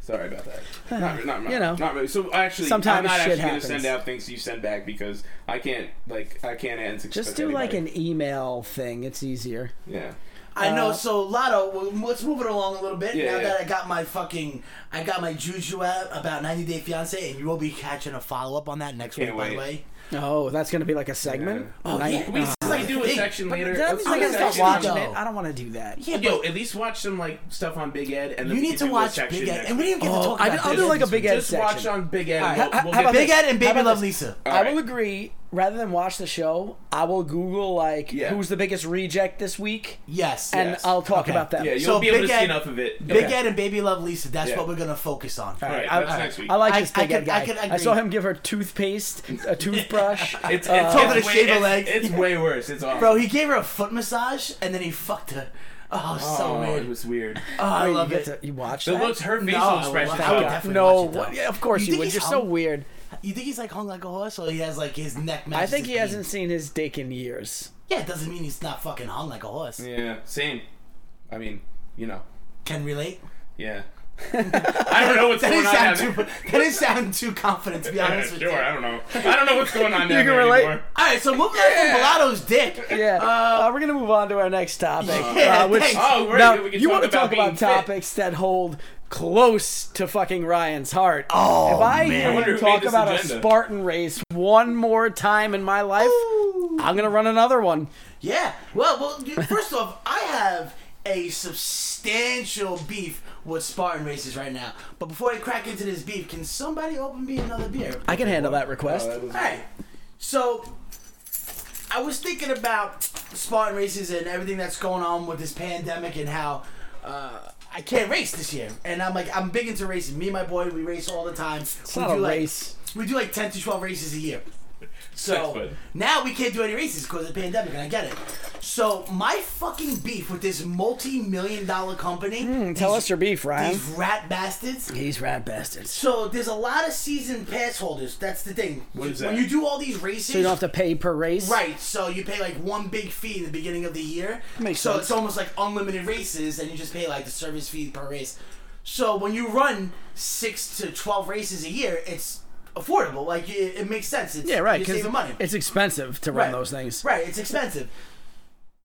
Sorry about that. Not, not, not,
You know.
not really. So actually,
Sometimes
I'm not
shit
actually gonna
happens.
send out things you send back because I can't like I can't answer.
Just do like an email thing; it's easier.
yeah.
I know. So Lotto, w- let's move it along a little bit.
Uh, Yeah,
now
yeah.
that I got my fucking, I got my juju out about 90 Day Fiance, and you will be catching a follow up on that next
Can't
week. By the
wait.
way,
Oh, that's gonna be like a segment.
Yeah.
Oh,
yeah.
Can we Ah, like do a
Hey,
section later?
That means
Let's
I
do a
gotta stop
section.
watching
though.
it. I don't want to do that.
yeah,
Yo, at least watch some like stuff on Big Ed, and then
you
we
need
can
to
do a
watch
section
Big Ed,
next
and we didn't get
Oh,
to talk
I-
about.
I'll
this
do like a
this
Big
week.
Ed
Just
section.
watch on Big Ed.
All right,
We'll-
how- how
we'll get
about
back-
Big Ed and
How
Baby
about
Love
this?
Lisa.
I
Alright.
will agree. Rather than watch the show, I will Google like
Yeah.
who's the biggest reject this week,
Yes,
and uh,
Yes.
I'll talk
Okay.
about that.
Yeah, you'll
So
be able
Big
to
Ed-
see enough of it.
Big
Okay.
Ed and Baby Love Lisa. That's
Yeah.
what we're gonna focus on.
All right,
I-
that's
I-
next week.
I like
I-
this
I
big Ed
could-
guy.
I could
I
agree.
saw him give her toothpaste, a toothbrush.
It's, it's,
Uh,
Told her to
it's, way,
shave a
it's,
leg.
it's way worse. It's awful.
Bro, he gave her a foot massage, and then he fucked her. Oh,
oh,
so
it
weird.
was weird.
Oh, I
Wait,
love
you
it.
get to- you watch
The
that?
looks, her facial
I would
expression.
watch- I would
Oh,
definitely
no,
watch it, though.
what- yeah, of course
You
you,
think
would.
he's
You're so
hung?
weird.
You think he's like hung like a horse, or he has like his neck?
I
matches
think
his
he hasn't
beak?
seen his dick in years.
Yeah, it doesn't mean he's not fucking hung like a horse.
Yeah, same. I mean, you know.
can relate.
Yeah. I don't know what's
That
going
didn't
on.
sound
down
too. That didn't sound too confident, to be
there. Yeah,
honest with
sure,
you.
I don't know. I don't know what's going on down
can
there
relate.
anymore.
All right, so moving on from Bellato's dick.
Yeah. Uh, we're gonna move on to our next topic.
Yeah,
uh, which
thanks.
Oh, we're,
now
we can
you
talk
want to
about
talk
being
about
fit.
topics that hold close to fucking Ryan's heart. Oh, if I
I
hear
wonder
you
who made
talk
this
about a
agenda.
Spartan race one more time in my life, I'm gonna run another one.
Yeah. Well, well. you- First off, I have a substantial beef with Spartan races right now. But before I crack into this beef, can somebody open me another beer?
I can handle that request.
Hey, so I was thinking about Spartan races and everything that's going on with this pandemic and how uh, I can't race this year. And I'm like, I'm big into racing. Me and my boy, we race all the time. It's we
not
do
a
like,
race.
We do like 10 to 12 races a year.
That's
So
good.
now we can't do any races because of the pandemic, and I get it. So my fucking beef with this multi-million dollar company.
Tell
these-
us your beef, Ryan.
These rat bastards.
These rat bastards.
So there's a lot of season pass holders. That's the thing. What
is
When
that?
you do all these races,
So you don't have to pay per race.
Right, so you pay like one big fee in the beginning of the year.
Makes
so
sense.
it's almost like unlimited races, and you just pay like the service fee per race. So when you run six to twelve races a year, it's affordable. Like it, it makes sense. It's,
Yeah, right.
You're
Because
saving money.
it's expensive to run
Right.
those things.
Right, it's expensive.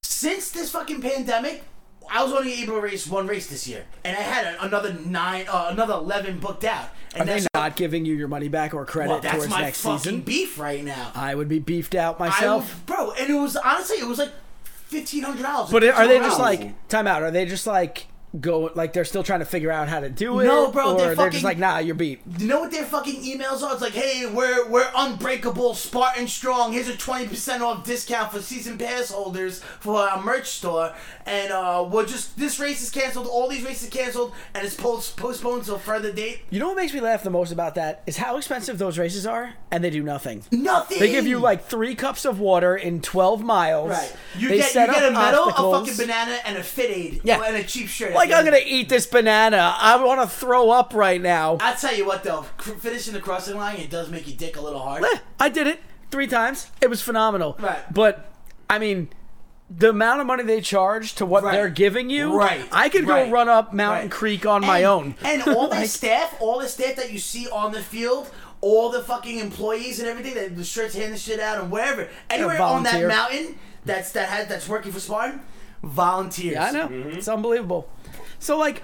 Since this fucking pandemic, I was only able to race one race this year, and I had a, another nine, uh, another eleven booked out. And
Are they
that's,
not giving you your money back or credit
well, that's
towards
my
next
fucking
season?
beef right now.
I would be beefed out
I
myself.
was, bro, and it was honestly, it was like fifteen hundred dollars.
But are they just like time out? Are they just like go like they're still trying to figure out how to do it?
No, bro,
Or
they're
they're,
fucking-
just like nah, you're beat.
you know what their fucking emails are? It's like, hey, we're we're unbreakable, Spartan strong. Here's a twenty percent off discount for season pass holders for our merch store, and uh, we're just this race is canceled. All these races canceled, and it's post- postponed till further date.
You know what makes me laugh the most about that is how expensive those races are, and they do nothing.
Nothing.
They give you like three cups of water in twelve miles.
right. You
They
get you
set
get a
up
medal, a
obstacles.
fucking banana, and a fit aid,
Yeah.
and a cheap shirt. at
Like
the
I'm
end.
gonna eat this banana. I want to throw up right now.
I tell you what though, cr- finishing the crossing line, it does make your dick a little hard.
Eh, I did it three times. It was phenomenal.
Right.
But I mean, the amount of money they charge to what
Right.
they're giving you,
Right.
I could
Right.
go run up Mountain
Right.
Creek on my
And-
own.
And all the
Like-
staff, all the staff that you see on the field, all the fucking employees and everything, that the shirts hand the shit out and wherever, anywhere on that
volunteer.
mountain that's that has that's working for Spartan, volunteers.
I know it's
Mm-hmm.
unbelievable. So like,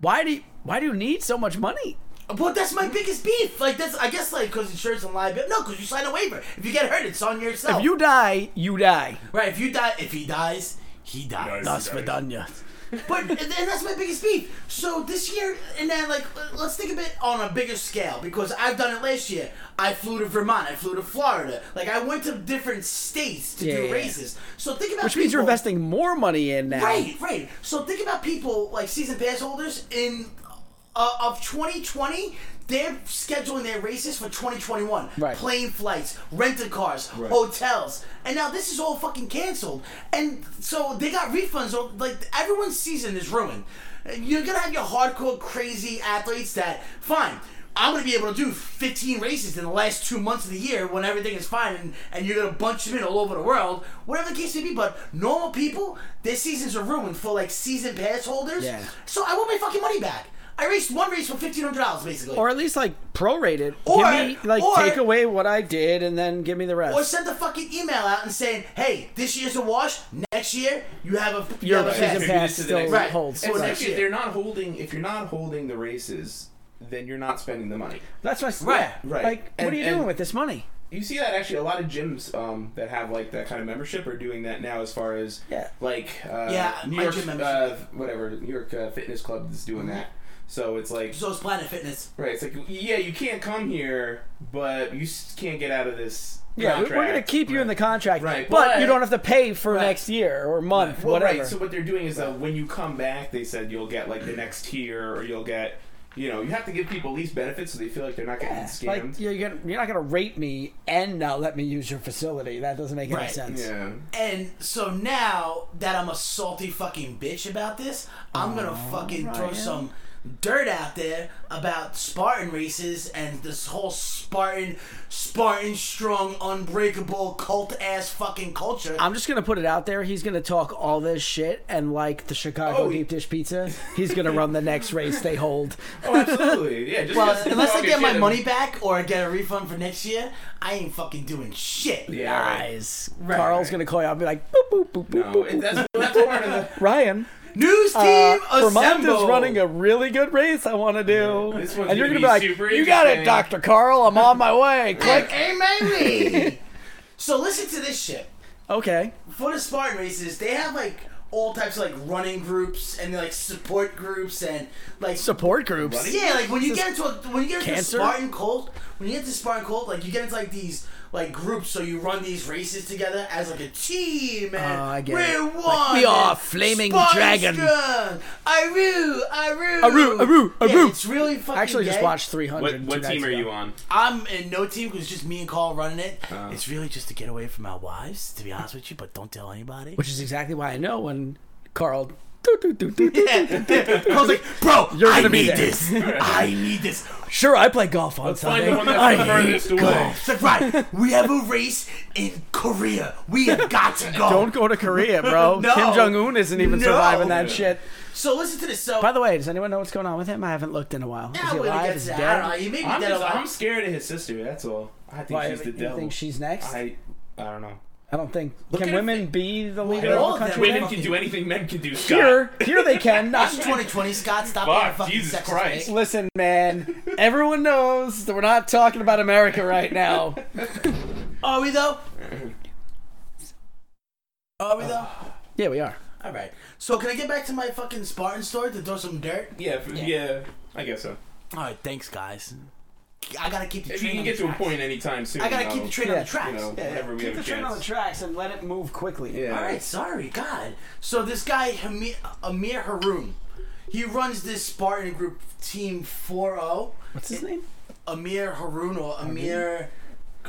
why do you, why do you need so much money?
But that's my biggest beef. Like that's I guess like because insurance and liability. No, because you sign a waiver. If you get hurt, it's on yourself.
If you die, you die.
right? If you die, if he dies, he dies.
That's
Nice.
Vidania.
But and that's my biggest beef. So this year, and then like let's think of it on a bigger scale because I've done it last year. I flew to Vermont. I flew to Florida. Like I went to different states to do
Yeah.
races. So think about
Which means you're
people-
investing more money in now.
Right, right. So think about people like season pass holders in uh, of 2020. They're scheduling their races for 2021.
Right.
Plane flights, rented cars, hotels, and now this is all fucking canceled. And so they got refunds. So like everyone's season is ruined. You're gonna have your hardcore crazy athletes that fine. I'm gonna be able to do 15 races in the last two months of the year when everything is fine, and, and you're gonna bunch them in all over the world, whatever the case may be. But normal people, their seasons are ruined for like season pass holders.
Yeah.
So I want my fucking money back. I raced one race for $1,500 basically.
Or at least like prorate it.
Or-
give me like
or-
take away what I did and then give me the rest.
Or send a fucking email out and saying, "Hey, this year's a wash. Next year, you have a you
Your
have a
season
pass."
Maybe
pass
this is the
still
next-
Right.
holds.
Or
It's
next
like
year.
if they're not holding if you're not holding the races, then you're not spending the money.
That's my
Right,
right.
Like, what
And-
are you
and-
doing with this money?
You see that actually a lot of gyms um, that have like that kind of membership are doing that now as far as
Yeah.
like uh,
Yeah,
New
my
York
gym
uh,
membership. Mm-hmm.
whatever New York uh, Fitness Club is doing that. So it's like
So it's Planet Fitness.
right, it's like yeah, you can't come here, but you s- can't get out of this.
Yeah, we- we're going to
contract.
keep you in the contract,
Right,
but,
but-
you don't have to pay for
Right.
next year or month,
Well,
whatever.
right. So what they're doing is that when you come back, they said you'll get like the next tier, or you'll get, you know, you have to give people these benefits so they feel like they're not getting scammed.
like you're, gonna, you're not going to rate me and now let me use your facility. That doesn't make any
Right.
sense.
yeah.
And so now that I'm a salty fucking bitch about this, I'm gonna fucking throw some dirt out there about Spartan races and this whole Spartan, Spartan strong, unbreakable, cult ass fucking culture.
I'm just gonna put it out there. He's gonna talk all this shit, and like the Chicago
Oh, he-
deep dish pizza, he's gonna run the next race they hold.
Oh, absolutely. Yeah. Just
well,
just
unless I
talking
get my
shit and-
money back or I get a refund for next year, I ain't fucking doing shit.
Yeah. Right.
Guys, Carl's gonna call you up and be like, boop boop boop boop.
No, and that's that's part of the.
Ryan,
News team
uh, Vermont
assemble.
is running a really good race. I want to do,
This one's
and you're
gonna
gonna
be
be like,
super
you got it,
interesting."
Doctor Carl. I'm on my way. Click.
Hey, maybe. so listen to this shit.
Okay.
for the Spartan races, they have like all types of like running groups and like support groups and like
Support groups.
yeah, like when you get into a, when you get into
Cancer?
Spartan cult, when you get into Spartan cult, like you get into like these like groups, so you run these races together as like a team. And
Oh, I get
we're
it.
one.
Like, we are
and
flaming
Spartan
dragon.
Strong. Aru, Aru,
Aru, Aru, Aru.
Yeah, it's really fucking.
I actually just
gay.
watched
What
300.
what team are you on?
I'm in no team because just me and Carl running it.
Uh.
it's really just to get away from our wives, to be honest with you. But don't tell anybody.
Which is exactly why I know when Carl. doo, doo, doo, doo, doo.
I was like, bro,
You're
I
gonna be
need
there.
this. I need this.
Sure, I play golf on
Find
Sunday.
the one that's the
I hate
furthest away.
It's like, right, we have a race in Korea. We have got to go.
Don't go to Korea, bro.
No.
Kim Jong Un isn't even
No.
surviving that shit.
So listen to this. So,
By the way, does anyone know what's going on with him? I haven't looked in a while.
yeah,
is he
we're gonna
alive?
get
Is
to
he
that. I don't know.
dead?
He may be
I'm,
dead
just,
alive.
I'm scared of his sister. That's all. I think
Why,
she's the
you
devil.
think she's next? I,
I I don't know.
don't think.
at
Can
it.
women be the leader
all
of
of
the
them.
country?
Women
now?
can do anything men can do. Scott.
Here, here they can. Not
That's 2020, Scott. Stop
Fuck,
being a fucking
Jesus
sexist,
Christ.
mate.
Listen, man. Everyone knows that we're not talking about America right now.
Are we though? Are we though?
Yeah, we are.
All right. So can I get back to my fucking Spartan story to throw some dirt?
Yeah, f- yeah. I guess so.
All right. Thanks, guys. I gotta keep the
If
train
you can
on
get
the
to a
tracks.
point anytime soon.
I gotta
though,
keep the train on
Yeah,
the tracks.
You know, whenever we
Keep
have
the
a
train on the
chance.
tracks and let it move quickly.
Yeah.
All right, sorry, God. So this guy Hamir, Amir Haroon, he runs this Spartan group team 4-0.
What's his name?
Amir Haroon or Amir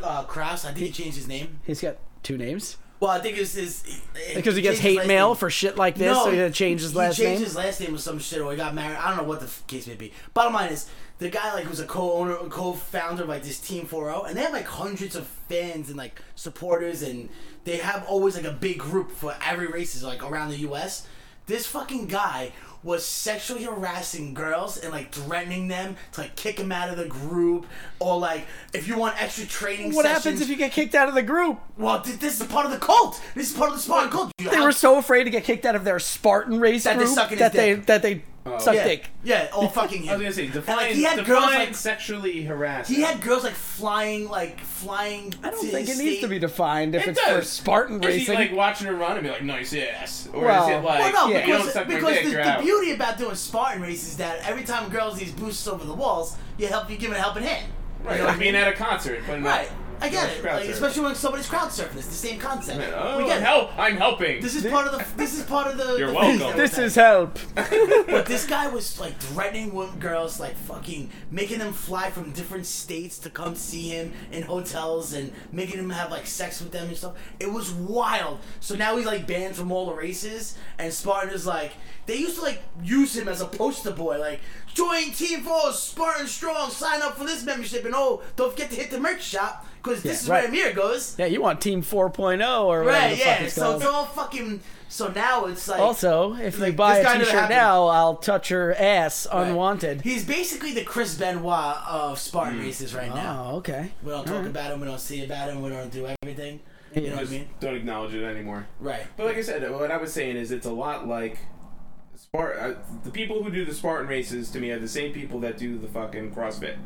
uh, Kraus, I think he changed his name.
He's got two names.
Well, I think it's his
Because he gets hate mail for shit like this, so he had to change his last
he changed
name.
his last name or some shit, or he got married. I don't know what the f- case may be. Bottom line is, the guy like was a co-owner, co-founder of like this Team 4-0, and they have like hundreds of fans and like supporters, and they have always like a big group for every races like around the U.S. This fucking guy was sexually harassing girls and like threatening them to like kick him out of the group, or like if you want extra training.
What
sessions,
happens if you get kicked out of the group?
Well, th- this is part of the cult. This is part of the Spartan cult. You
They
have-
were so afraid to get kicked out of their Spartan race
That they
group
suck in his
that they
dick.
that they suck
yeah,
dick.
yeah, all fucking him.
I was gonna say
And,
define,
like, he had
define
girls like
sexually harassed.
He had girls like flying, like flying.
I don't
to
think it
his
needs
state.
to be defined if
It
it's for
does.
Spartan
Is he
racing.
like watching her run and be like, nice ass? Or is
Well-
it like,
well, no,
yeah, you don't
because,
suck my
because
dick,
the,
you're
the
out.
beauty about doing Spartan race is that every time girls these boosts over the walls, you help, you give it a helping hand.
Right,
You know what
like
I
being
mean?
at a concert. But not-
Right. I get it.
crowd
Like,
surfing.
especially when somebody's crowd surfing, it's the same concept.
Oh,
we get it.
help! I'm helping.
This is part of the. This is part of the.
You're
the phase
welcome.
that we're
this
in.
is help.
But this guy was like threatening women, girls, like fucking making them fly from different states to come see him in hotels and making them have like sex with them and stuff. It was wild. So now he's like banned from all the races, and Spartan is like they used to like use him as a poster boy, like join Team Four Spartan Strong, sign up for this membership, and oh, don't forget to hit the merch shop because this
Yeah,
is
right.
where Amir goes.
Yeah, you want Team 4.0 or whatever
Right?
the fuck
Yeah.
it's
So
called.
it's all fucking. So now it's like
also, if you
Like,
buy
this guy
a
never
T-shirt
happened.
now, I'll touch your ass
Right.
unwanted.
He's basically the Chris Benoit of Spartan
Mm.
races right now.
Oh, okay.
We don't talk about him. We don't see about him. We don't do everything. You know what I
Just
mean?
don't acknowledge it anymore.
Right.
But like I said, what I was saying is it's a lot like Spart. Uh, the people who do the Spartan races to me are the same people that do the fucking CrossFit.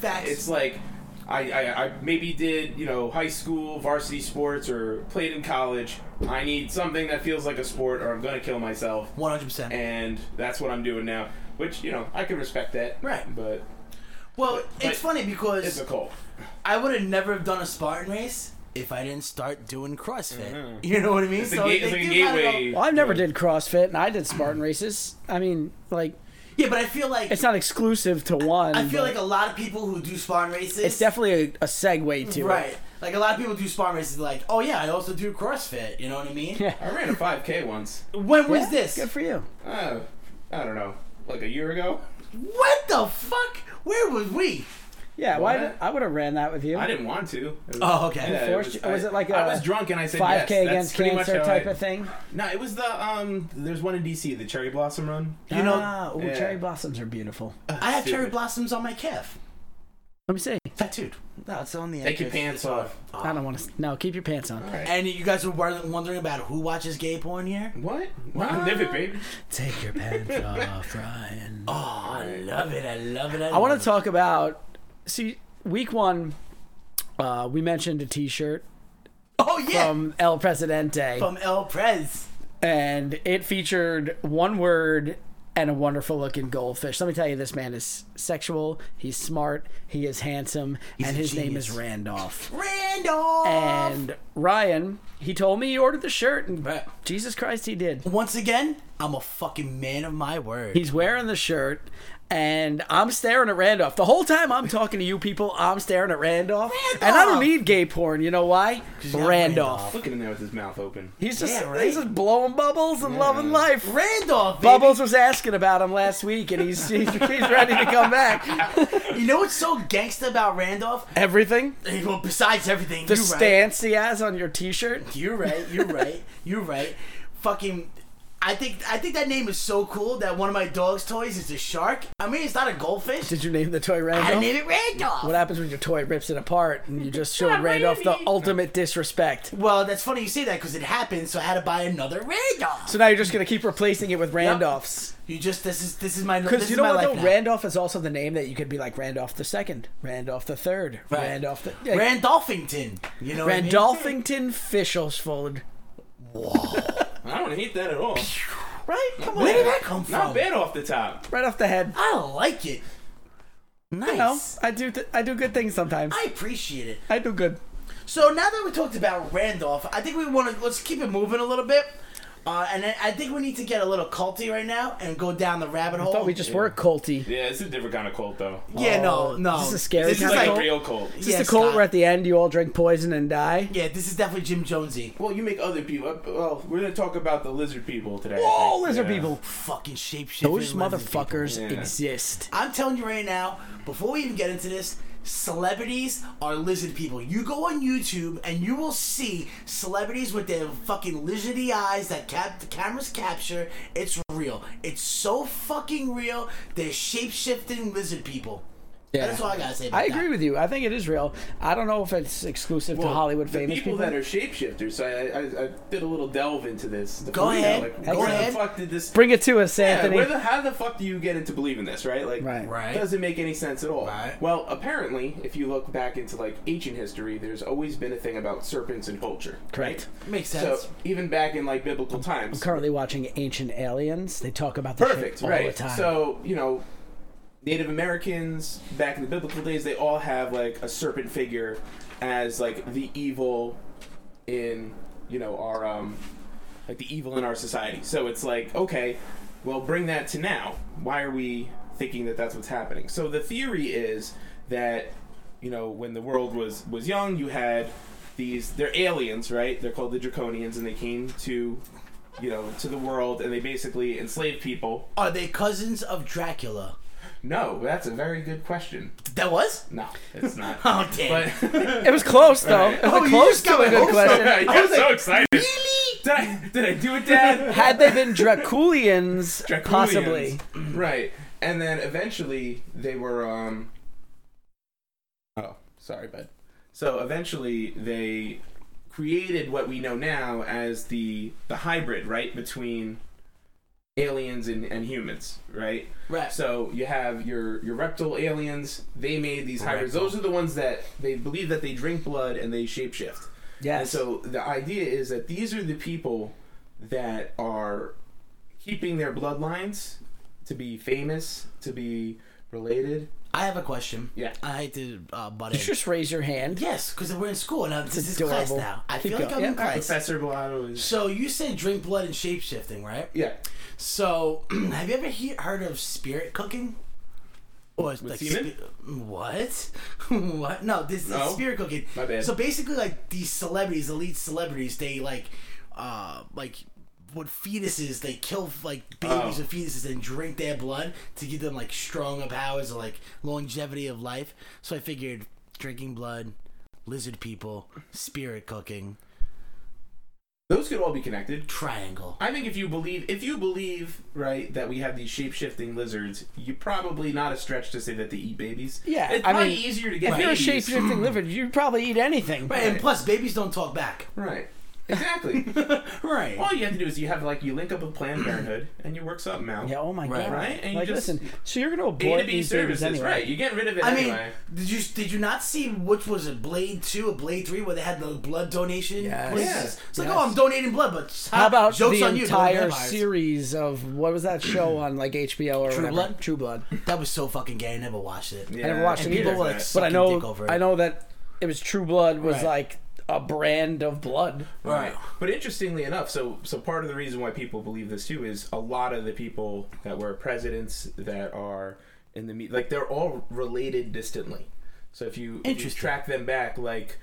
Facts.
It's like I, I, I maybe did you know high school varsity sports or played in college. I need something that feels like a sport, or I'm gonna kill myself,
one hundred percent.
and that's what I'm doing now. Which you know I can respect that.
Right.
But
Well,
but-
it's funny
it's
because
a cult.
I would have never have done a Spartan race if I didn't start doing CrossFit. You know what I mean?
Mm-hmm. It's a, ga-
they
it's like a
do kinda go-
gateway.
Well, I've never did CrossFit, and I did Spartan races. I mean, like,
Yeah, but I feel like
it's not exclusive to one.
I feel
but
like a lot of people who do Spartan races.
it's definitely a, a segue to
right.
it.
Like a lot of people do Spartan races. Like, oh yeah, I also do CrossFit. You know what I mean?
Yeah.
I ran a 5K once.
When was
Yeah,
this?
Good for you.
Uh, I don't know, like a year ago.
What the fuck? Where was we?
Yeah, why?
What?
did- I would have ran that with you.
I didn't want to. It was-
Oh, okay.
yeah,
Forced you-
I-
was it like
I
a
was drunk and I said
Five K
yes. That's
against
pretty much
cancer
how
type
I-
of thing.
No, it was the um. There's one in DC, the Cherry Blossom Run.
You know,
ah, ooh,
yeah.
cherry blossoms are beautiful.
I have cherry
stupid.
blossoms on my calf,
Let me see.
tattooed.
No, it's on the.
Take your pants off.
I don't want to. No, keep your pants on.
And you guys were wor- wondering about who watches gay porn here?
Mm-hmm.
What? Wow. Live it, baby.
Take your pants off, Ryan.
Oh, I love it. I love it. I,
I want
love
to
it.
talk about. See, week one, uh, we mentioned a T-shirt
Oh yeah, from,
from El Presidente,
El Prez.
and it featured one word and a wonderful looking goldfish. Let me tell you, this man is sexual. He's smart. He is handsome, and
a
his name
genius.
is Randolph.
Randolph.
And Ryan, he told me he ordered the shirt, and
Right.
Jesus Christ, he did.
Once again, I'm a fucking man of my word.
He's wearing the shirt, and I'm staring at Randolph. The whole time I'm talking to you people, I'm staring at Randolph. And I don't
Randolph!
need gay porn, you know why?
got
Randolph.
Randolph.
Looking in there with his mouth open.
He's just
Yeah, right.
he's just blowing bubbles and loving life.
Randolph. Baby.
Bubbles was asking about him last week, and he's he's, he's ready to come back.
You know what's so gangsta about Randolph?
Everything,
Well, besides everything,
the
you're right.
stance he has on your T-shirt.
You're right. You're right. You're right. Fucking. I think I think that name is so cool that one of my dog's toys is a shark. I mean, it's not a goldfish.
Did you name the toy
I
Randolph?
named it Randolph.
What happens when your toy rips it apart and you just showed Randolph the ultimate disrespect?
well, that's funny you say that because it happened, so I had to buy another Randolph.
So now you're just gonna keep replacing it with Randolphs.
You just this is this is my
Because
this
you
is
know
my
what?
life
Though?
now.
Randolph is also the name that you could be like Randolph the second, Randolph the third,
Right.
Randolph the like,
Randolphington. You know
Randolphington Fischelsfold.
I don't hate that at all.
Right? Come
What I mean? Where did
on.
that come from?
Not bad off the top.
Right off the head.
I like it. Nice.
No, I do. Th- I do good things sometimes.
I appreciate it.
I do good.
So now that we talked about Randolph, I think we want to let's keep it moving a little bit. Uh, and I- I think we need to get a little culty right now and go down the rabbit
Oh.
hole.
Thought we just were a culty.
Yeah, it's a different kind of cult though.
yeah, no,
Oh,
no.
this is a scary
This is
kind of
like,
Like
cult.
a real cult.
Is this
Yeah,
the cult
Scott.
where at the end you all drink poison and die?
yeah, this is definitely Jim Jonesy.
Well, you make other people. uh, Well, we're gonna talk about the lizard people today. I
Oh,
think.
lizard
Yeah.
people.
Fucking shapeshifting.
Those
lizard people.
motherfuckers
Yeah.
exist.
I'm telling you right now, before we even get into this, celebrities are lizard people. You go on YouTube and you will see celebrities with their fucking lizardy eyes that cap- the cameras capture. It's real. It's so fucking real. They're shape shifting lizard people. That's all I gotta say about
I
that.
agree with you. I think it is real. I don't know if it's exclusive to
Well,
Hollywood
the
famous
people, that are shapeshifters. So I, I, I did a little delve into this. to
Go
find
ahead.
out, like,
Go
where
ahead.
The fuck did this?
Bring it to us,
Yeah,
Anthony.
where the, how the fuck do you get into believing this, right? Like,
Right.
Right.
doesn't make any sense at all.
Right.
Well, apparently, if you look back into like ancient history, there's always been a thing about serpents and culture.
Correct.
right?
Makes sense.
So even back in like biblical times,
Currently watching Ancient Aliens. They talk about this
perfect,
shit all
right?
the time.
So you know, Native Americans back in the biblical days, they all have like a serpent figure as like the evil in you know our um like the evil in our society. So it's like okay, well bring that to now. Why are we thinking that that's what's happening? So the theory is that you know when the world was was young, you had these they're aliens, right? They're called the draconians and they came to you know to the world and they basically enslaved people.
Are they cousins of Dracula?
No, that's a very good question.
That was?
No, it's not.
Oh, damn.
But
it was close though. It
Alright.
was
Oh, you
close
just
to
got
a
my
good
hopes
question.
I got so excited. Did I, did I do it, Dad?
Had they been Draculians,
Draconians.
possibly.
Right. And then eventually they were um Oh, sorry, bud. So eventually they created what we know now as the the hybrid, right, between aliens and, and humans, right?
Right.
So you have your your reptile aliens, they made these hybrids. Those are the ones that they believe that they drink blood and they shapeshift. And
Yes.
so the idea is that these are the people that are keeping their bloodlines to be famous, to be related.
I have a question.
Yeah.
I hate to uh, butt
Did you
in.
just raise your hand?
Yes, because we're in school and I'm, this is class
adorable.
now. I
Keep
feel like I'm
going.
in
Yeah, alright.
class.
Professor Blotto is.
So you said drink blood and shape shifting, right?
Yeah.
So, have you ever he- heard of spirit cooking? Or it's like
semen?
what? what? No, this is
No.
spirit cooking.
My bad.
So basically, like these celebrities, elite celebrities, they like, uh, like what fetuses they kill like babies
Oh.
with fetuses and drink their blood to give them like stronger powers or like longevity of life. So I figured drinking blood, lizard people, spirit cooking,
Those could all be connected.
triangle.
I think if you believe if you believe right that we have these shape shifting lizards, you're probably not a stretch to say that they eat babies.
Yeah,
it's
I
probably
mean,
easier to get.
If you're a
babies.
shape shifting liver, you'd probably eat anything.
Right, and plus babies don't talk back.
right? Exactly.
Right.
all you have to do is you have like you link up with Planned Parenthood and you work something out.
Yeah. Oh my
Right,
god.
right? And you
like,
just-
listen. So you're gonna
A
abort
to B
these babies
services,
anyway.
right? You're getting rid of it
I mean,
anyway.
did you did you not see which was it Blade Two or Blade Three where they had the blood donation?
Yes.
places?
Yes.
It's like, oh, I'm donating blood, but
How about
Ah, jokes
the
on you?
entire
blood vampires.
series of what was that show on like HBO or True whatever?
Blood?
True Blood.
That was so fucking gay. I never watched it.
Yeah,
I never watched
and
it
people
either.
were, like,
but I
sucking
know,
dick over it.
I know that it was True Blood was
Right.
like a brand of blood.
Right. But interestingly enough, so so part of the reason why people believe this too is a lot of the people that were presidents that are in the media, like they're all related distantly. So if you, if you
Interesting.
track them back, like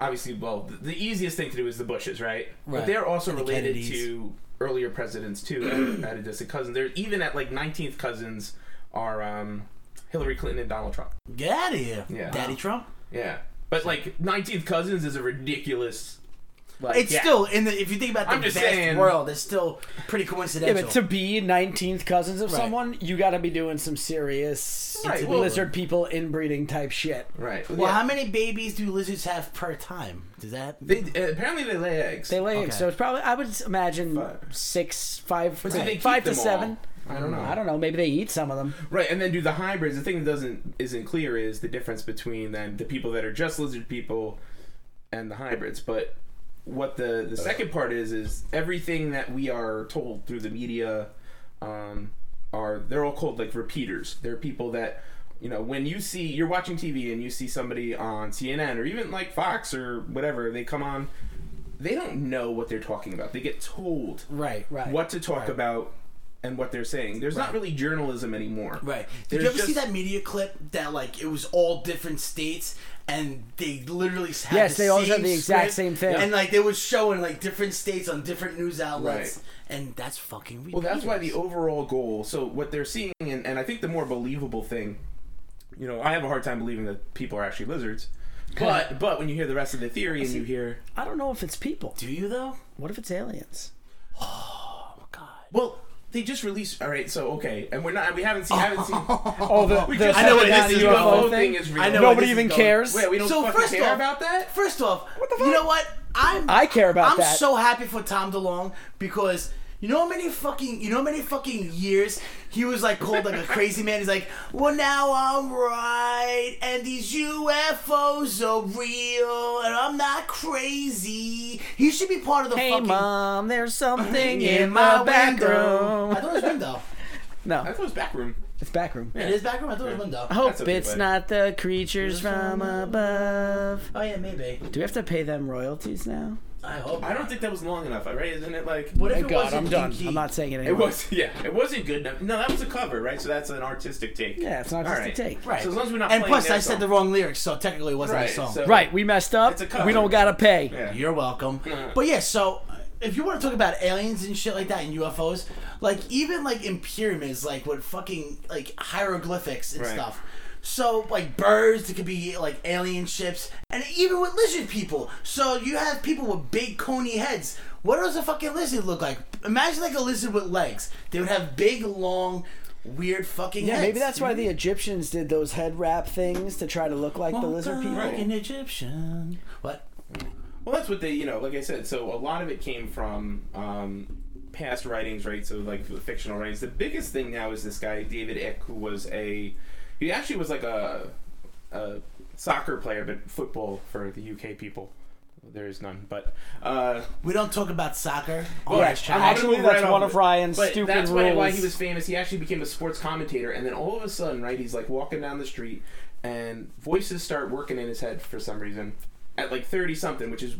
obviously, well, the, the easiest thing to do is the Bushes, right?
Right.
But they're also
And the
related
Kennedys.
to earlier presidents too, at, at a distant cousin. They're even at like 19th cousins are um, Hillary Clinton and Donald Trump.
Get out of here,
Yeah.
Daddy Trump.
Yeah. But like 19th cousins is a ridiculous. Like,
It's
yeah.
still in the. If you think about the
I'm just
vast
saying-
world, it's still pretty
Yeah,
coincidental.
but to be 19th cousins of
Right.
someone, you got to be doing some serious
Right, well-
lizard people inbreeding type shit.
right.
well,
Yeah.
how many babies do lizards have per time? Does that?
They uh, apparently they lay eggs.
They lay eggs,
Okay.
so it's probably I would imagine
Five.
six, five,
do they keep
five to
them all?
seven.
I don't know.
I don't know. Maybe they eat some of them.
Right, and then do the hybrids. The thing that doesn't isn't clear is the difference between then the people that are just lizard people and the hybrids. But what the the second part is is everything that we are told through the media um, are they're all called like repeaters. They're people that you know when you see you're watching TV and you see somebody on CNN or even like Fox or whatever they come on. They don't know what they're talking about. They get told
Right. Right.
what to talk about and what they're saying. There's not really journalism anymore.
Right. Did
There's
you ever see
just-
that media clip that like it was all different states and they literally had
Yes,
the
they always
same
had the exact
script,
same thing.
and like they was showing like different states on different news outlets, and that's fucking
Well, that's why the
repeaters.
overall goal. So what they're seeing, and, and I think the more believable thing, you know, I have a hard time believing that people are actually lizards. But but when you hear the rest of the theory and you hear,
I don't know if it's people.
Do you though?
What if it's aliens?
Oh God.
well, they just released. All right, so okay, and we're not. We haven't seen. haven't seen.
Oh, the,
We
the
just-
I know what
Pentagon
this is,
the
UFO
whole thing is real.
I know where
Nobody
this is
even
going.
cares.
Wait, we don't
So
fucking
first
care
off-
about that.
First off, you know what? I'm
I care about
I'm
that.
so happy for Tom DeLong because you know how many fucking you know how many fucking years he was like called like a crazy man. He's like, well now I'm right, and these UFOs are real, and I'm not crazy. He should be part of the
Hey,
fucking
mom, there's something
in my back room. I thought it was window.
I
No,
thought it was back room.
it's back room.
It is back room. I thought it was window.
Hope
That's okay,
it's
buddy.
not the creatures from above.
Oh yeah, maybe.
Do we have to pay them royalties now?
I hope.
I don't think that was long enough. Right? Isn't it like?
What if
Thank
it
God,
wasn't
I'm done.
Kinky?
I'm not saying it
It
anymore.
was yeah. It wasn't good enough. No, that was a cover, right? So that's an artistic take.
Yeah, it's not
All
just a
right.
take.
Right.
So as long as we're not
and
playing
plus,
their
I said
song.
the wrong lyrics, so technically it wasn't
Right.
a song.
so-
Right, we messed up.
It's a cover.
we don't gotta pay.
Yeah.
You're welcome. But yeah, so uh, if you want to talk about aliens and shit like that and UFOs, like even like in pyramids, like with fucking like hieroglyphics and
Right.
stuff. So like birds, it could be like alien ships, and even with lizard people. So you have people with big coney heads. What does a fucking lizard look like? Imagine like a lizard with legs. They would have big, long, weird fucking
Yeah,
heads.
maybe that's why the Egyptians did those head wrap things to try to look like the lizard people.
Like an Egyptian. What?
Well, that's what they, you know, like I said. So a lot of it came from um, past writings, right? So like the fictional writings. The biggest thing now is this guy David Icke, who was a, he actually was like a, a soccer player, but football for the UK people. There is none, but uh,
We don't talk about soccer. on
Well,
this
I'm
channel.
gonna
Actually,
move
that's
right
one
off
of Ryan's
but
stupid
that's why- why
rules.
he was famous. He actually became a sports commentator, and then all of a sudden, right, he's like walking down the street, and voices start working in his head for some reason at like thirty something, which is.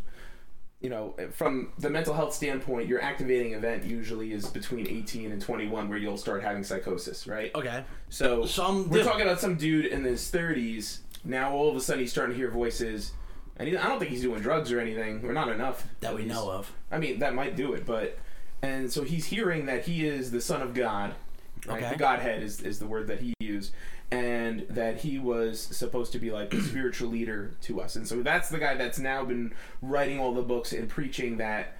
You know, from the mental health standpoint, your activating event usually is between 18 and 21, where you'll start having psychosis, right?
Okay.
So
Some do.
we're talking about some dude in his 30s. Now all of a sudden he's starting to hear voices, and he, I don't think he's doing drugs or anything, or not enough
That we
at least.
know of.
I mean, that might do it, but and so he's hearing that he is the son of God. Right?
Okay.
The Godhead is, is the word that he used, and that he was supposed to be like the spiritual leader to us. And so that's the guy that's now been writing all the books and preaching that,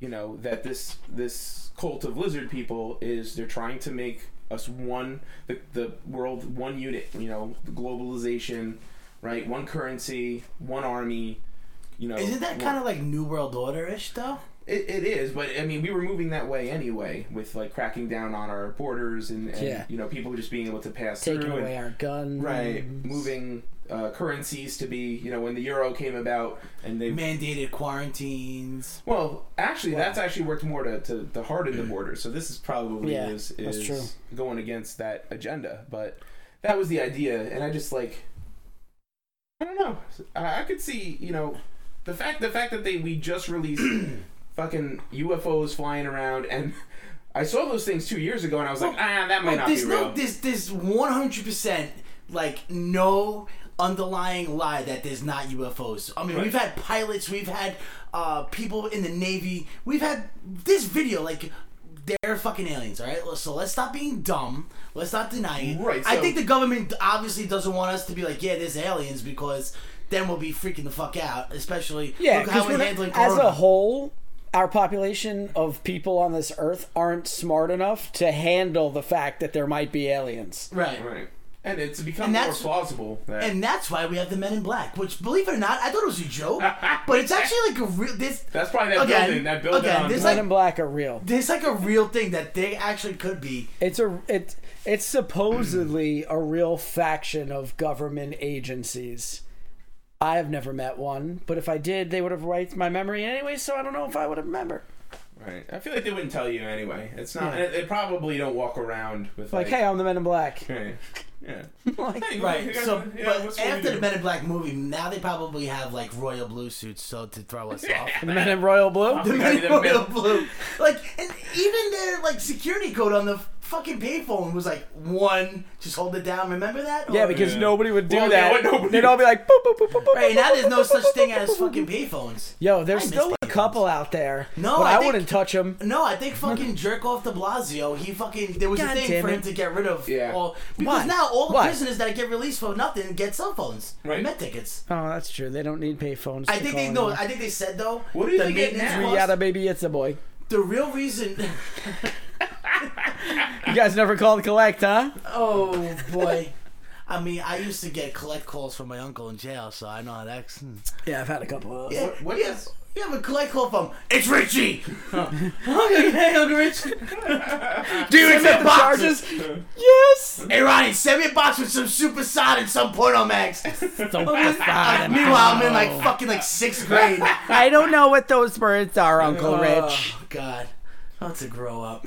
you know, that this this cult of lizard people is they're trying to make us one the the world one unit. You know, the globalization, right? One currency, one army. You know,
Isn't that
one-
kind of like New World Order ish though?
it, it is, but I mean, we were moving that way anyway, with like cracking down on our borders and, and
Yeah.
you know people just being able to pass
taking
through and-
away our guns.
right, moving uh, currencies to be you know when the euro came about and they
Mandated quarantines.
well actually that's actually worked more to, to, to harden the borders. So this is probably
Yeah,
is,
that's
is
true.
going against that agenda, but that was the idea, and I just like I don't know, I, I could see you know the fact the fact that they we just released fucking UFOs flying around and I saw those things two years ago and I was like, ah, that might
But
not be
there's
real.
no, there's there's 100 percent like no underlying lie that there's not UFOs. I mean, we've had pilots, we've had uh, people in the Navy, we've had this video like. They're fucking aliens, all right. So let's stop being dumb. Let's not deny it.
Right,
I
so-
think the government obviously doesn't want us to be like, yeah, there's aliens, because then we'll be freaking the fuck out. Especially
Yeah,
look how
'cause
we're
we're not-
handling
as
corona.
a whole, our population of people on this earth aren't smart enough to handle the fact that there might be aliens.
right?
right, and it's become
And
more
that's-
plausible. That,
And that's why we have the Men in Black, which, believe it or not, I thought it was a joke, but it's actually like a real. This
that's probably that
again,
building. That building.
again,
on
this,
Men
like-
in black are real.
there's like a real thing that they actually could be.
It's a it, it's supposedly a real faction of government agencies. I have never met one, but if I did, they would have wiped my memory anyway, so I don't know if I would have remembered.
Right. I feel like they wouldn't tell you anyway. It's not. They, they probably don't walk around with
Like,
like,
hey, I'm the Men in Black.
hey. Yeah.
Like,
Hey, you
Right.
guys-
So,
yeah, what's
but
wrong with
after the
you?
Men in Black movie, now they probably have like royal blue suits, so to throw us off.
the Men in Royal Blue.
The
Yeah,
men in
they're
royal
male.
blue. Like, and even their like security code on the fucking payphone was like one, just hold it down. Remember that?
Yeah,
Or-
because
Yeah.
nobody would do
Well, yeah,
that.
what nobody-
They'd all be like, boop, boop, boop, boop, boop,
Right
boop,
now, there's
boop,
no
boop,
such
boop,
thing
boop,
as
boop, boop.
fucking payphones.
Yo,
I
there's
miss
still a
payphones.
couple out there.
No,
but
I
I,
think-
wouldn't touch them.
No, I think fucking jerk off De Blasio. He fucking there was
God
a thing
damn
for him
it.
to get rid of.
Yeah.
All, because
Why?
now all the
Why?
prisoners that get released for nothing get cell phones,
Right.
Met tickets.
Oh, that's true. They don't need payphones.
I think they know. I think they said though.
What do you
the
think it
maintenance
now?
cost-
We got a baby. It's a boy.
The real reason.
You guys never called collect, huh?
oh boy. I mean, I used to get collect calls from my uncle in jail, so I know how that's.
Yeah, I've had a couple of.
Yeah,
What- what
yeah,
is-
You have a collect call from it's Richie. okay, Uncle Rich.
Do you accept
the
the
boxes.
charges? yes.
Hey Ronnie, send me a box with some super sod and some porno max.
So
Uh, meanwhile, I'm in like fucking like sixth grade.
I don't know what those words are, Uncle Rich.
Oh, God. Not to grow up.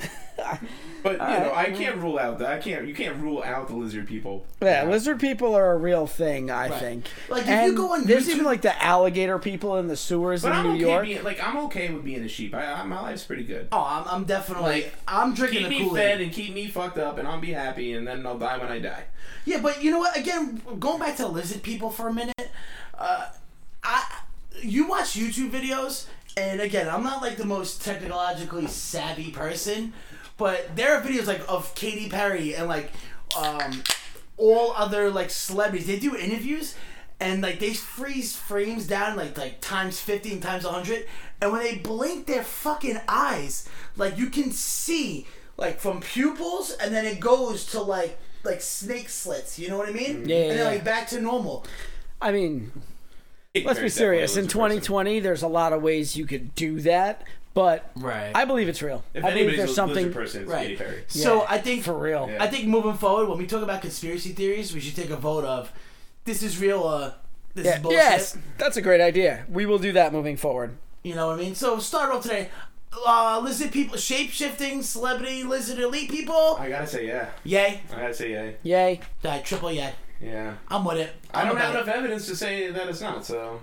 But you know, I can't rule out that. I can't. You can't rule out the lizard people.
Yeah, lizard people are a real thing, I think.
Like, if you
and
go on
there's
YouTube-
even like the alligator people in the sewers
But
in
I'm
New
okay.
York.
Being, like I'm okay with being a sheep. I, I, my life's pretty good.
Oh, I'm, I'm definitely.
Like,
I'm drinking
Keep
the
me
Kool
fed
Aid.
and keep me fucked up, and I'll be happy, and then I'll die when I die.
Yeah, but you know what? Again, going back to lizard people for a minute. Uh, I, you watch YouTube videos, and again, I'm not like the most technologically savvy person, but there are videos like of Katy Perry and like um, all other like celebrities. They do interviews. And like they freeze frames down like like times fifty and times hundred, and when they blink their fucking eyes, like you can see like from pupils, and then it goes to like like snake slits. You know what I mean?
Yeah, yeah,
And then
yeah.
like back to normal.
I mean, let's be serious. In 2020, there's a lot of ways you could do that, but
Right.
I believe it's real.
If
I believe
anybody's
there's
a lizard
something
person, it's
Right.
Katy Perry.
So
Yeah,
I think
for real.
Yeah.
I think moving forward, when we talk about conspiracy theories, we should take a vote of this is real or this
Yeah,
is bullshit.
Yes, that's a great idea. We will do that moving forward.
You know what I mean? So start off today. Uh, lizard people, shape shifting, celebrity, lizard elite people.
I gotta say yeah.
Yay.
I gotta say yay.
Yay.
Alright, triple yay.
Yeah.
I'm with it.
I
I'm
don't have
about
enough evidence to say that it's not. So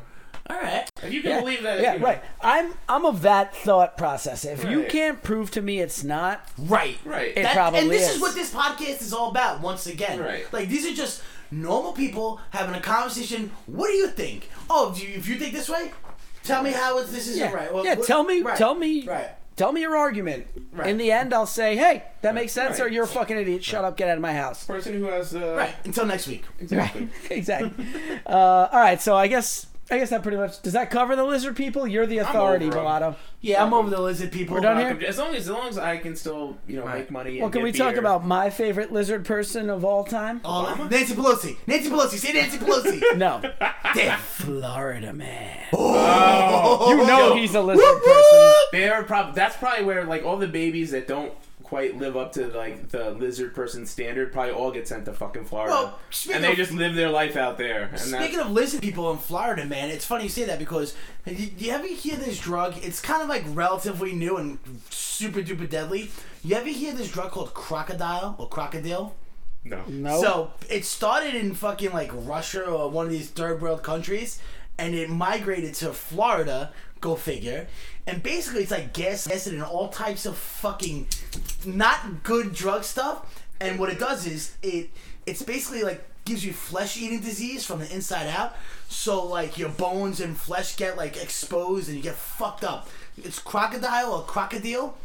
it. Alright.
if you can believe that,
Yeah,
you know,
right. I'm I'm of that thought process. If you
Right.
can't prove to me it's not,
Right.
Right.
It
That-
probably
and this is.
is.
what this podcast is all about. Once again,
Right.
Like these are just normal people having a conversation. What do you think? Oh, do you, if you think this way, tell me how it's, this isn't
yeah,
right. Well,
yeah
what-
tell me
right,
tell me
Right.
Tell me your argument.
Right.
In the end, I'll say, hey, that makes sense, or
Right.
you're a fucking idiot. Shut up, get out of my house.
person who has uh,
Right. Until next week.
exactly.
exactly. Uh, all right, so I guess I guess that pretty much does that cover the lizard people. You're the authority,
over 'em.
Mulatto.
Yeah, I'm over the lizard people.
We're done here?
As long as, as long as I can still you know make money. And
Well, can
get
we talk
beer.
about my favorite lizard person of all time?
Oh, Nancy Pelosi. Nancy Pelosi. Say Nancy Pelosi.
No,
Damn.
Florida man.
Oh.
You know he's a lizard
Whoop,
person.
whoop.
They are prob- that's probably where like all the babies that don't quite live up to like the lizard person standard probably all get sent to fucking Florida.
Well, speaking
and they
of-
just live their life out there. And that's,
Speaking of lizard people in Florida, man, it's funny you say that because you, you ever hear this drug? It's kind of like relatively new and super duper deadly. You ever hear this drug called crocodile or crocodile?
no.
No.
So it started in fucking like Russia or one of these third world countries, and it migrated to Florida. Go figure. And basically, it's like gas acid and all types of fucking not good drug stuff. And what it does is it it's basically like gives you flesh eating disease from the inside out. So like your bones and flesh get like exposed and you get fucked up. It's crocodile or crocodile.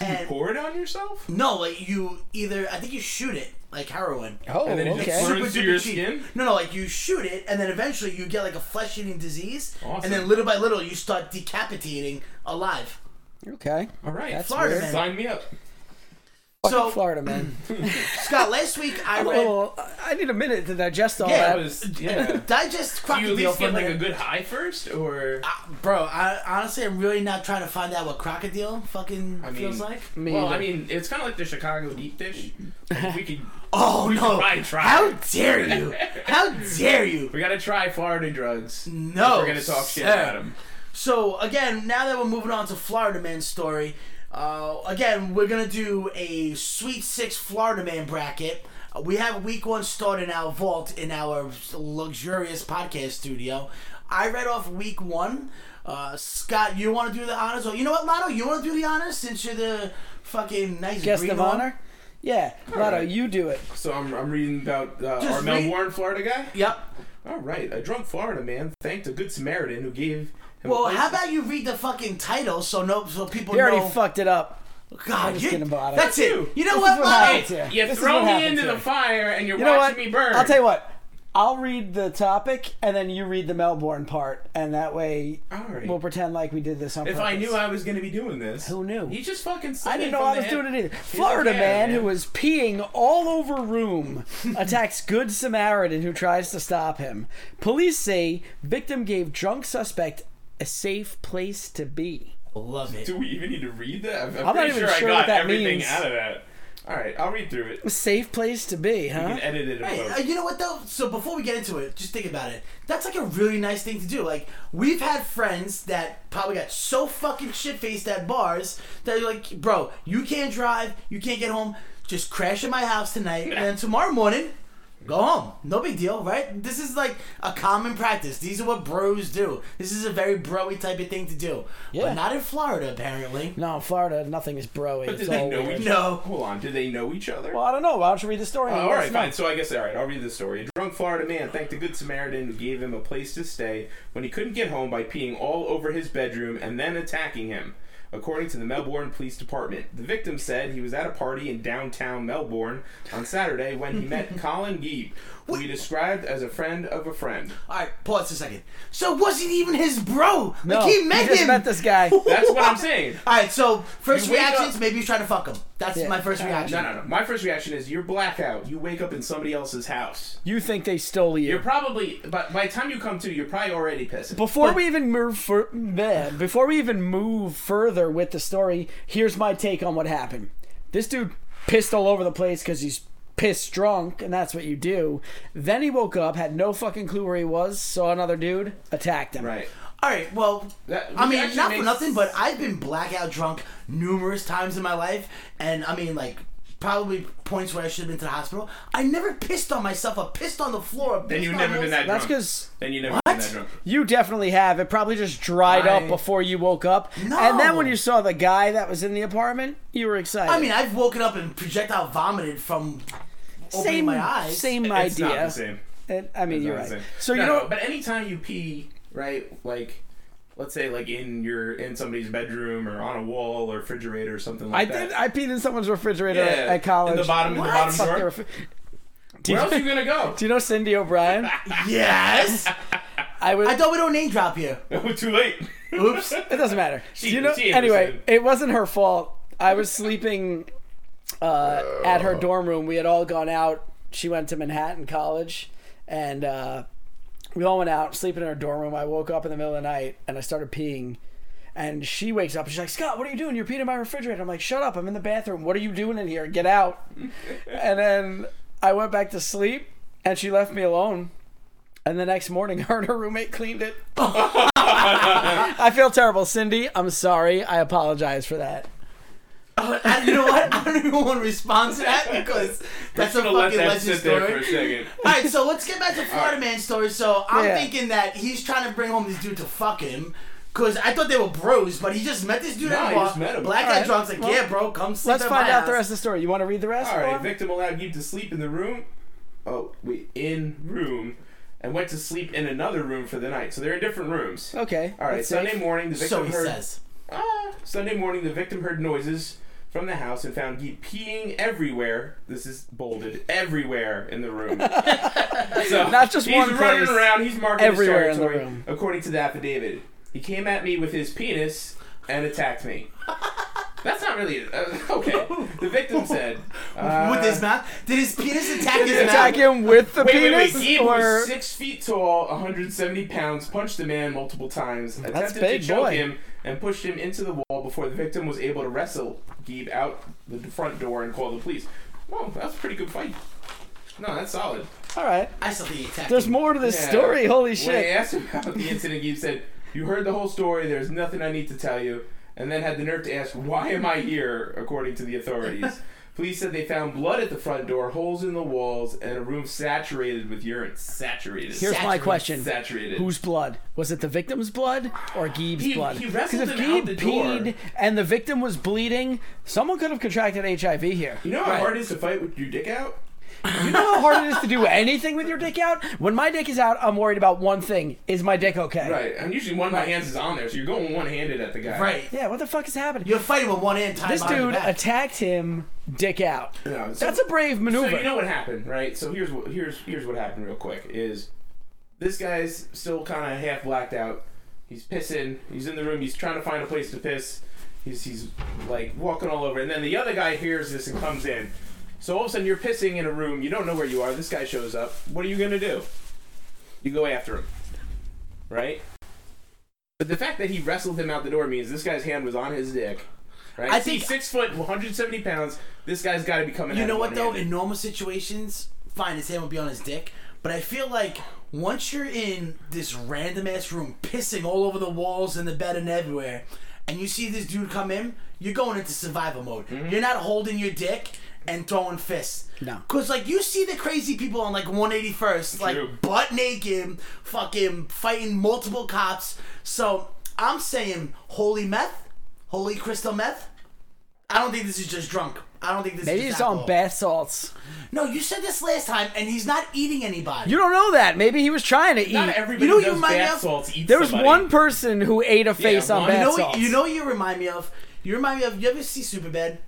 And
Pour it on yourself?
no, like you either I think you shoot it like heroin.
oh,
and then it just
okay.
burns-
Super
through
duper
your
cheap.
skin?
No, no, like you shoot it, and then eventually you get like a flesh eating disease,
Awesome.
and then little by little you start decapitating alive.
okay.
All right.
That's
Florida
weird. Uh,
man.
Sign me up.
So-
Fucking Florida man.
Scott, last week I
I'm a
read
little- I need a minute to digest all
Yeah,
That
that.
was yeah.
digest
Do you
crocodile
at least
for
get like
minute.
a good high first, or
Uh, bro, I honestly I'm really not trying to find out what crocodile fucking
I mean,
feels like.
Me
well, I
either.
mean, it's kind of like the Chicago deep dish. Like, we could,
Oh no!
try, try.
How dare you? How dare you?
we gotta try Florida drugs.
No,
if we're gonna talk shit
sir.
about them.
So again, now that we're moving on to Florida Man story, uh, again we're gonna do a Sweet Six Florida Man bracket. Uh, We have Week One started in our vault in our luxurious podcast studio. I read off Week One. Uh, Scott, you want to do the honors, or you know what, Lotto, you want to do the honors since you're the fucking nice
Guest
green
of
one?
honor. Yeah, Lotto,
right.
you do it.
So I'm, I'm reading about uh,
Just
our Mel
read-
Warren, Florida guy.
Yep.
All right, a drunk Florida man thanked a good Samaritan who gave him.
Well,
a place
how about you read the fucking title so no, so people
You already
know.
fucked it up.
God,
just
you,
kidding about it.
that's it.
You.
You know
This
what,
is what
Lotto?
happens here.
to- You
This is
throw
what
me
happens
into
here.
the fire and you're
You know
watching
what?
me burn.
I'll tell you what. I'll read the topic and then you read the Melbourne part, and that way
All right.
we'll pretend like we did this on
if
purpose.
I knew I was going to be doing this,
Who knew?
He just fucking. said
I
it
didn't know
from
I
the
was
hip.
doing it either.
He's
Florida
like, yeah,
man who was peeing all over room attacks good Samaritan who tries to stop him. Police say victim gave drunk suspect a safe place to be.
Love it.
Do we even need to read that? I'm, I'm
not
pretty
even
sure,
sure
I
what
got
that
everything
means.
out of that. All right, I'll read through it.
A
You
safe place to be, huh?
can edit it.
Hey,
and
uh,
post.
you know what though? So before we get into it, just think about it. That's like a really nice thing to do. Like we've had friends that probably got so fucking shit faced at bars that you're like, bro, you can't drive, you can't get home, just crash at my house tonight, and then tomorrow morning, go home. No big deal, right? This is like a common practice. These are what bros do. This is a very broy type of thing to do.
Yeah.
But not in Florida, apparently.
No, in Florida, nothing is broy.
But
It's
did they
all
know
weird.
each
No.
Hold on, do they know each other?
Well, I don't know. Why don't you read the story?
Uh,
and
all
let us
right,
know?
fine. So I guess all right. I'll read the story. A drunk Florida man thanked a good Samaritan who gave him a place to stay when he couldn't get home by peeing all over his bedroom and then attacking him. According to the Melbourne Police Department, the victim said he was at a party in downtown Melbourne on Saturday when he met Colin Geeb, who he described as a friend of a friend.
All right, pause a second. So it wasn't even his bro.
No,
like he met
he just
him.
met this guy.
That's what I'm saying.
All right, so first
You wake
reactions,
up-
maybe he's trying to fuck him. That's
Yeah.
my first reaction.
No, no, no. My first reaction is you're blackout. You wake up in somebody else's house.
You think they stole you?
You're probably, but by the time you come to, you're probably already pissed.
Before we even move for bleh, before we even move further with the story, here's my take on what happened. This dude pissed all over the place because he's pissed drunk, and that's what you do. Then he woke up, had no fucking clue where he was, saw another dude, attacked him.
Right.
All right, well,
That-
I
which
mean,
actually
not for
makes-
nothing, but I've been blackout drunk numerous times in my life, and I mean, like, probably points where I should have been to the hospital. I never pissed on myself, or pissed on the floor.
Then you've never been that drunk.
That's because
Then you never
What?
been that drunk.
you definitely have. It probably just dried
I-
up before you woke up.
No.
And then when you saw the guy that was in the apartment, you were excited.
I mean, I've woken up and projectile vomited from opening
same,
my eyes.
same
It's
idea.
not the same.
And- I mean,
It's
you're
not the
right.
same.
So you
No,
know,
no, but anytime you pee, right? Like, let's say like in your in somebody's bedroom or on a wall or refrigerator or something
I
like that.
did. I peed in someone's refrigerator
Yeah,
at college.
in the bottom in the
What?
bottom
Fuck
drawer.
their refi- do,
Where else are
you,
you gonna go?
do you know Cindy O'Brien?
Yes.
I would.
I thought we don't name drop here.
Too late.
Oops.
It doesn't matter.
She-
you know,
she ain't
anyway,
listening.
it wasn't her fault. I was sleeping uh, at her dorm room. We had all gone out. She went to Manhattan College, and uh, we all went out sleeping in her dorm room. I woke up in the middle of the night and I started peeing. And she wakes up and she's like, Scott, what are you doing? You're peeing in my refrigerator. I'm like, shut up. I'm in the bathroom. What are you doing in here? Get out. and then I went back to sleep and she left me alone. And the next morning, her and her roommate cleaned it. I feel terrible, Cindy. I'm sorry. I apologize for that.
I, uh, you know what? I don't even want to respond to that because that's a
I'm gonna let
fucking
that
legend
sit there for
story.
a second.
All right, so let's get back to Florida Man story. So I'm
Yeah.
thinking that he's trying to bring home this dude to fuck him. Cause I thought they were bros, but he just met this dude
Nah,
at a
he
bar.
just met him.
Black
All
guy
right.
drunk's like,
Well,
yeah, bro, come sleep
Let's
at
find
my
out the
house."
rest of the story. You want to read the rest?
All right,
Lauren?
victim allowed you to sleep in the room. Oh, wait, in room, and went to sleep in another room for the night. So they're in different rooms.
Okay.
All right.
Oh, that's
Sunday
safe.
morning, the victim
So he
heard.
says.
Ah, Sunday morning, the victim heard noises from the house and found he peeing everywhere. This is bolded everywhere in the room. so
Not just
he's
one
running
place.
around. He's marking
Everywhere in
his
the
territory.
room.
According to the affidavit, he came at me with his penis and attacked me. That's not really uh, okay. The victim said uh,
With his mouth, did his penis attack his
Attack
mouth?
him with the
Wait,
penis,
wait, wait. He
or
was six feet tall, 170 pounds, punched the man multiple times, attempted
big
to choke
boy.
him, and pushed him into the wall before the victim was able to wrestle Geeb out the front door and call the police. Well, that's a pretty good fight. No, that's solid.
all right.
I still think he attacked.
There's
him.
more to this
Yeah.
story. Holy
When I
shit!
asked him about the incident, Geeb said, "You heard the whole story. There's nothing I need to tell you." And then had the nerve to ask, "Why am I here?" According to the authorities. Police said they found blood at the front door, holes in the walls, and a room saturated with urine. Saturated.
Here's my
saturated,
question:
saturated.
Whose blood was it? The victim's blood or Geeb's
He-
blood?
he wrestled
if
him out the door.
peed and the victim was bleeding, someone could have contracted HIV here.
you know how hard it is to fight with your dick out?
You know how hard it is to do anything with your dick out. When my dick is out, I'm worried about one thing: is my dick okay?
Right. And usually one of my hands is on there, so you're going one handed at the guy.
Right.
Yeah. What the fuck is happening?
You're fighting with one hand tied
this
behind your
dude
back.
attacked him, dick out.
No, so-
That's a brave maneuver.
So you know what happened, right? So here's what here's here's what happened real quick is this guy's still kind of half blacked out. He's pissing. He's in the room. He's trying to find a place to piss. He's he's like walking all over, and then the other guy hears this and comes in. So all of a sudden you're pissing in a room. You don't know where you are. This guy shows up. What are you gonna do? You go after him, right? But the fact that he wrestled him out the door means this guy's hand was on his dick. Right?
I
I think
think-
six foot, 170 pounds. This guy's got to be coming.
You
at
know
him
what though?
one-handed.
In normal situations, fine, his hand would be on his dick. But I feel like once you're in this random ass room, pissing all over the walls and the bed and everywhere, and you see this dude come in, you're going into survival mode. You're not holding your dick and throwing fists.
No.
Cause like you see the crazy people on like 181st,
True.
like butt naked, fucking fighting multiple cops. So I'm saying holy meth, holy crystal meth. I don't think this is just drunk. I don't think this
Maybe
is just
he's on
alcohol.
bath salts.
No, you said this last time, and he's not eating anybody.
You don't know that. Maybe he was trying to
Not
eat.
everybody
You know what you
does
remind me
bath
of?
salts eats
there was
somebody.
one person who ate a face on
one.
bath
you know, what,
salts.
you know what you remind me of? You remind me of, you ever see Superbad?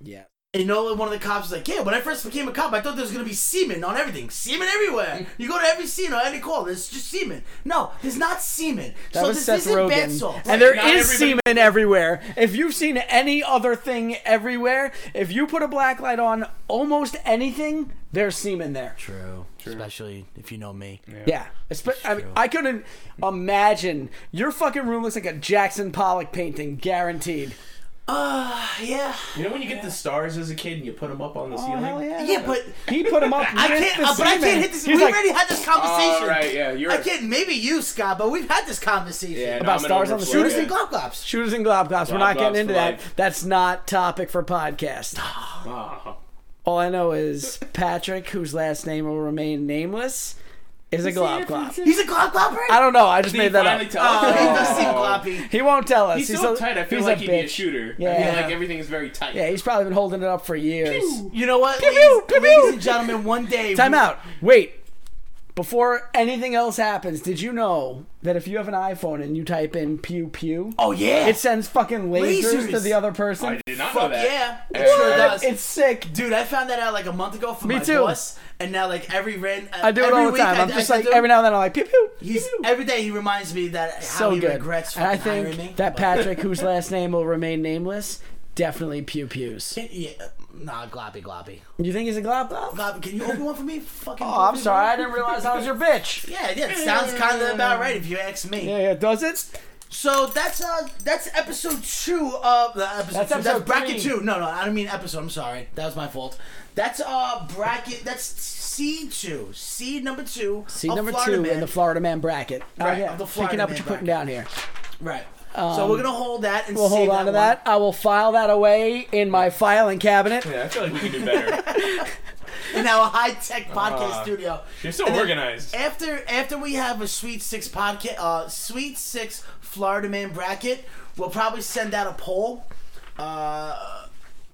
yeah.
And you know, that one of the cops was like, yeah, when I first became a cop, I thought there was going to be semen on everything. Semen everywhere. You go to every scene or any call, there's just semen. No, there's not semen.
That
so
was
this
Seth
isn't
Rogen.
bad salt.
And there
Not
is
everybody-
semen everywhere. If you've seen any other thing everywhere, if you put a black light on almost anything, there's semen there.
True. Especially if you know me.
Yeah. Espe- I, mean, I couldn't imagine. Your fucking room looks like a Jackson Pollock painting, guaranteed.
Uh, yeah.
You know when you get the stars as a kid and you put them up on the ceiling?
hell yeah.
Yeah, but
He put him up.
I
with
can't,
the
uh, but I
semen.
can't hit this.
He's
we
like,
already had this conversation.
All right, yeah, you're
I can't, maybe you, Scott, but we've had this conversation.
Yeah, no,
About
I'm an
stars on the
overflow
Shooters
guy.
and glop glops.
Shooters and glob glops. We're not
Glob globs
getting into
for
that.
life.
That's not topic for podcast.
Ah.
All I know is Patrick, whose last name will remain nameless, is a glob glop.
He's a glop glopper?
I don't know. I just
He
made that
finally
up.
tells
Oh,
us.
he does seem gloppy.
He won't tell us.
He's, so tight. I feel
he's
like
a
he'd be a
bitch.
shooter. I
Yeah.
feel like everything is very tight.
Yeah, he's probably been holding it up for years.
You know what,
Pew,
ladies,
pew, pew,
ladies
pew.
and gentlemen? One day,
Time
we-
out. Wait. Before anything else happens, did you know that if you have an iPhone and you type in pew pew,
Oh yeah,
it sends fucking lasers, to
Lasers!
the other person?
I did not know
fuck
that.
yeah. It
What?
sure does.
It's sick.
Dude, I found that out like a month ago from
Me
my
too.
boss, and now like every ran. uh,
I do it
every
all the
week
time.
I-
I'm
I
just
said
like
to him,
every now and then I'm like pew pew.
He's
pew, pew.
every day he reminds me that how
so
he
good.
regrets.
and I
fucking hiring
think
me,
that
but-
Patrick, whose last name will remain nameless, definitely pew pews.
Yeah, nah, gloppy, gloppy.
You think he's a glob glob?
Gloppy, can you open one for me? Fucking.
Oh, I'm
gloppy,
sorry. I
bro?
didn't realize I was your bitch.
Yeah, yeah, it sounds kind of about right if you ask me.
Yeah, yeah. Does it?
So that's uh that's episode two of the
That's
episode. That's,
episode
bracket
three.
two. No, no, I don't mean episode. I'm sorry, that was my fault. That's uh bracket. That's C two, C number two.
Seed
of
number
Florida
two
Man.
in the Florida man bracket.
Right,
oh, yeah.
of the
Picking
Florida
up what
man
you're putting
bracket.
down here.
right. so we're gonna hold that and
um, We'll
save
hold on to that. I will file that away in my filing cabinet.
Yeah, I feel like we can do better.
one in our high tech podcast
Ah.
studio.
You're so
And then
organized.
After after we have a Sweet Six podcast, uh, Sweet Six Florida Man bracket, we'll probably send out a poll. Uh,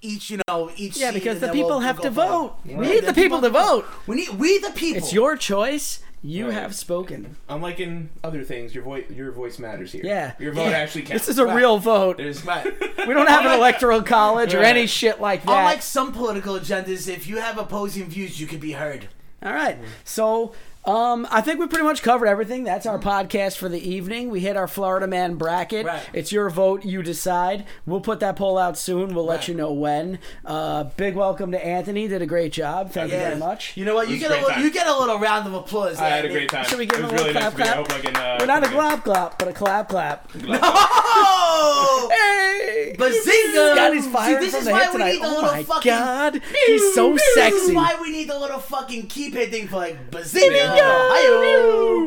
each you know each
Yeah,
seed,
because
and
the
then we'll-
people
we'll
have
go
to
from there.
vote. We need the people to vote.
We need we the people.
It's your choice. You
Right.
have spoken.
Unlike in other things, your voice your voice matters here.
Yeah.
Your vote
Yeah.
actually counts.
This is a real vote.
There's
We don't have an electoral college or any
Right.
shit like that.
Unlike some political agendas, if you have opposing views, you can be heard.
All right. So um, I think we pretty much covered everything. That's our podcast for the evening. We hit our Florida man bracket.
Right.
It's your vote, you decide. We'll put that poll out soon. We'll let
Right.
you know when. Uh, big welcome to Anthony. Did a great job. Thank you very much.
You know what? You
was
get
a
a
great
little,
time.
you get a little round of applause.
I had a great time.
Should we give
it was
him a
really
little
nice
clap,
to be here. I hope I can, uh,
We're not a
come in.
glop glop, but a clap clap.
Oh!
Hey!
Bazinga!
God, he's
See,
firing
this
from
is
the
why
hip
we
tonight.
need the
Oh
little
my
fucking-
god, he's so
This is
sexy.
why we need the little fucking keypad thing for like
Bazinga!
bazinga. Hi-yo.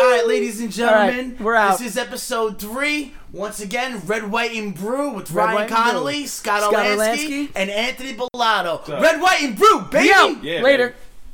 All right, ladies and gentlemen,
All right, we're out.
This is episode three. Once again, Red, White, and Brew with
Red,
Ryan
White, and
Connolly,
Brew.
Scott,
Scott
Olansky,
Olansky.
and Anthony Bellato.
up?
Red, White, and Brew, baby.
Yo!
Yeah,
Later.
baby.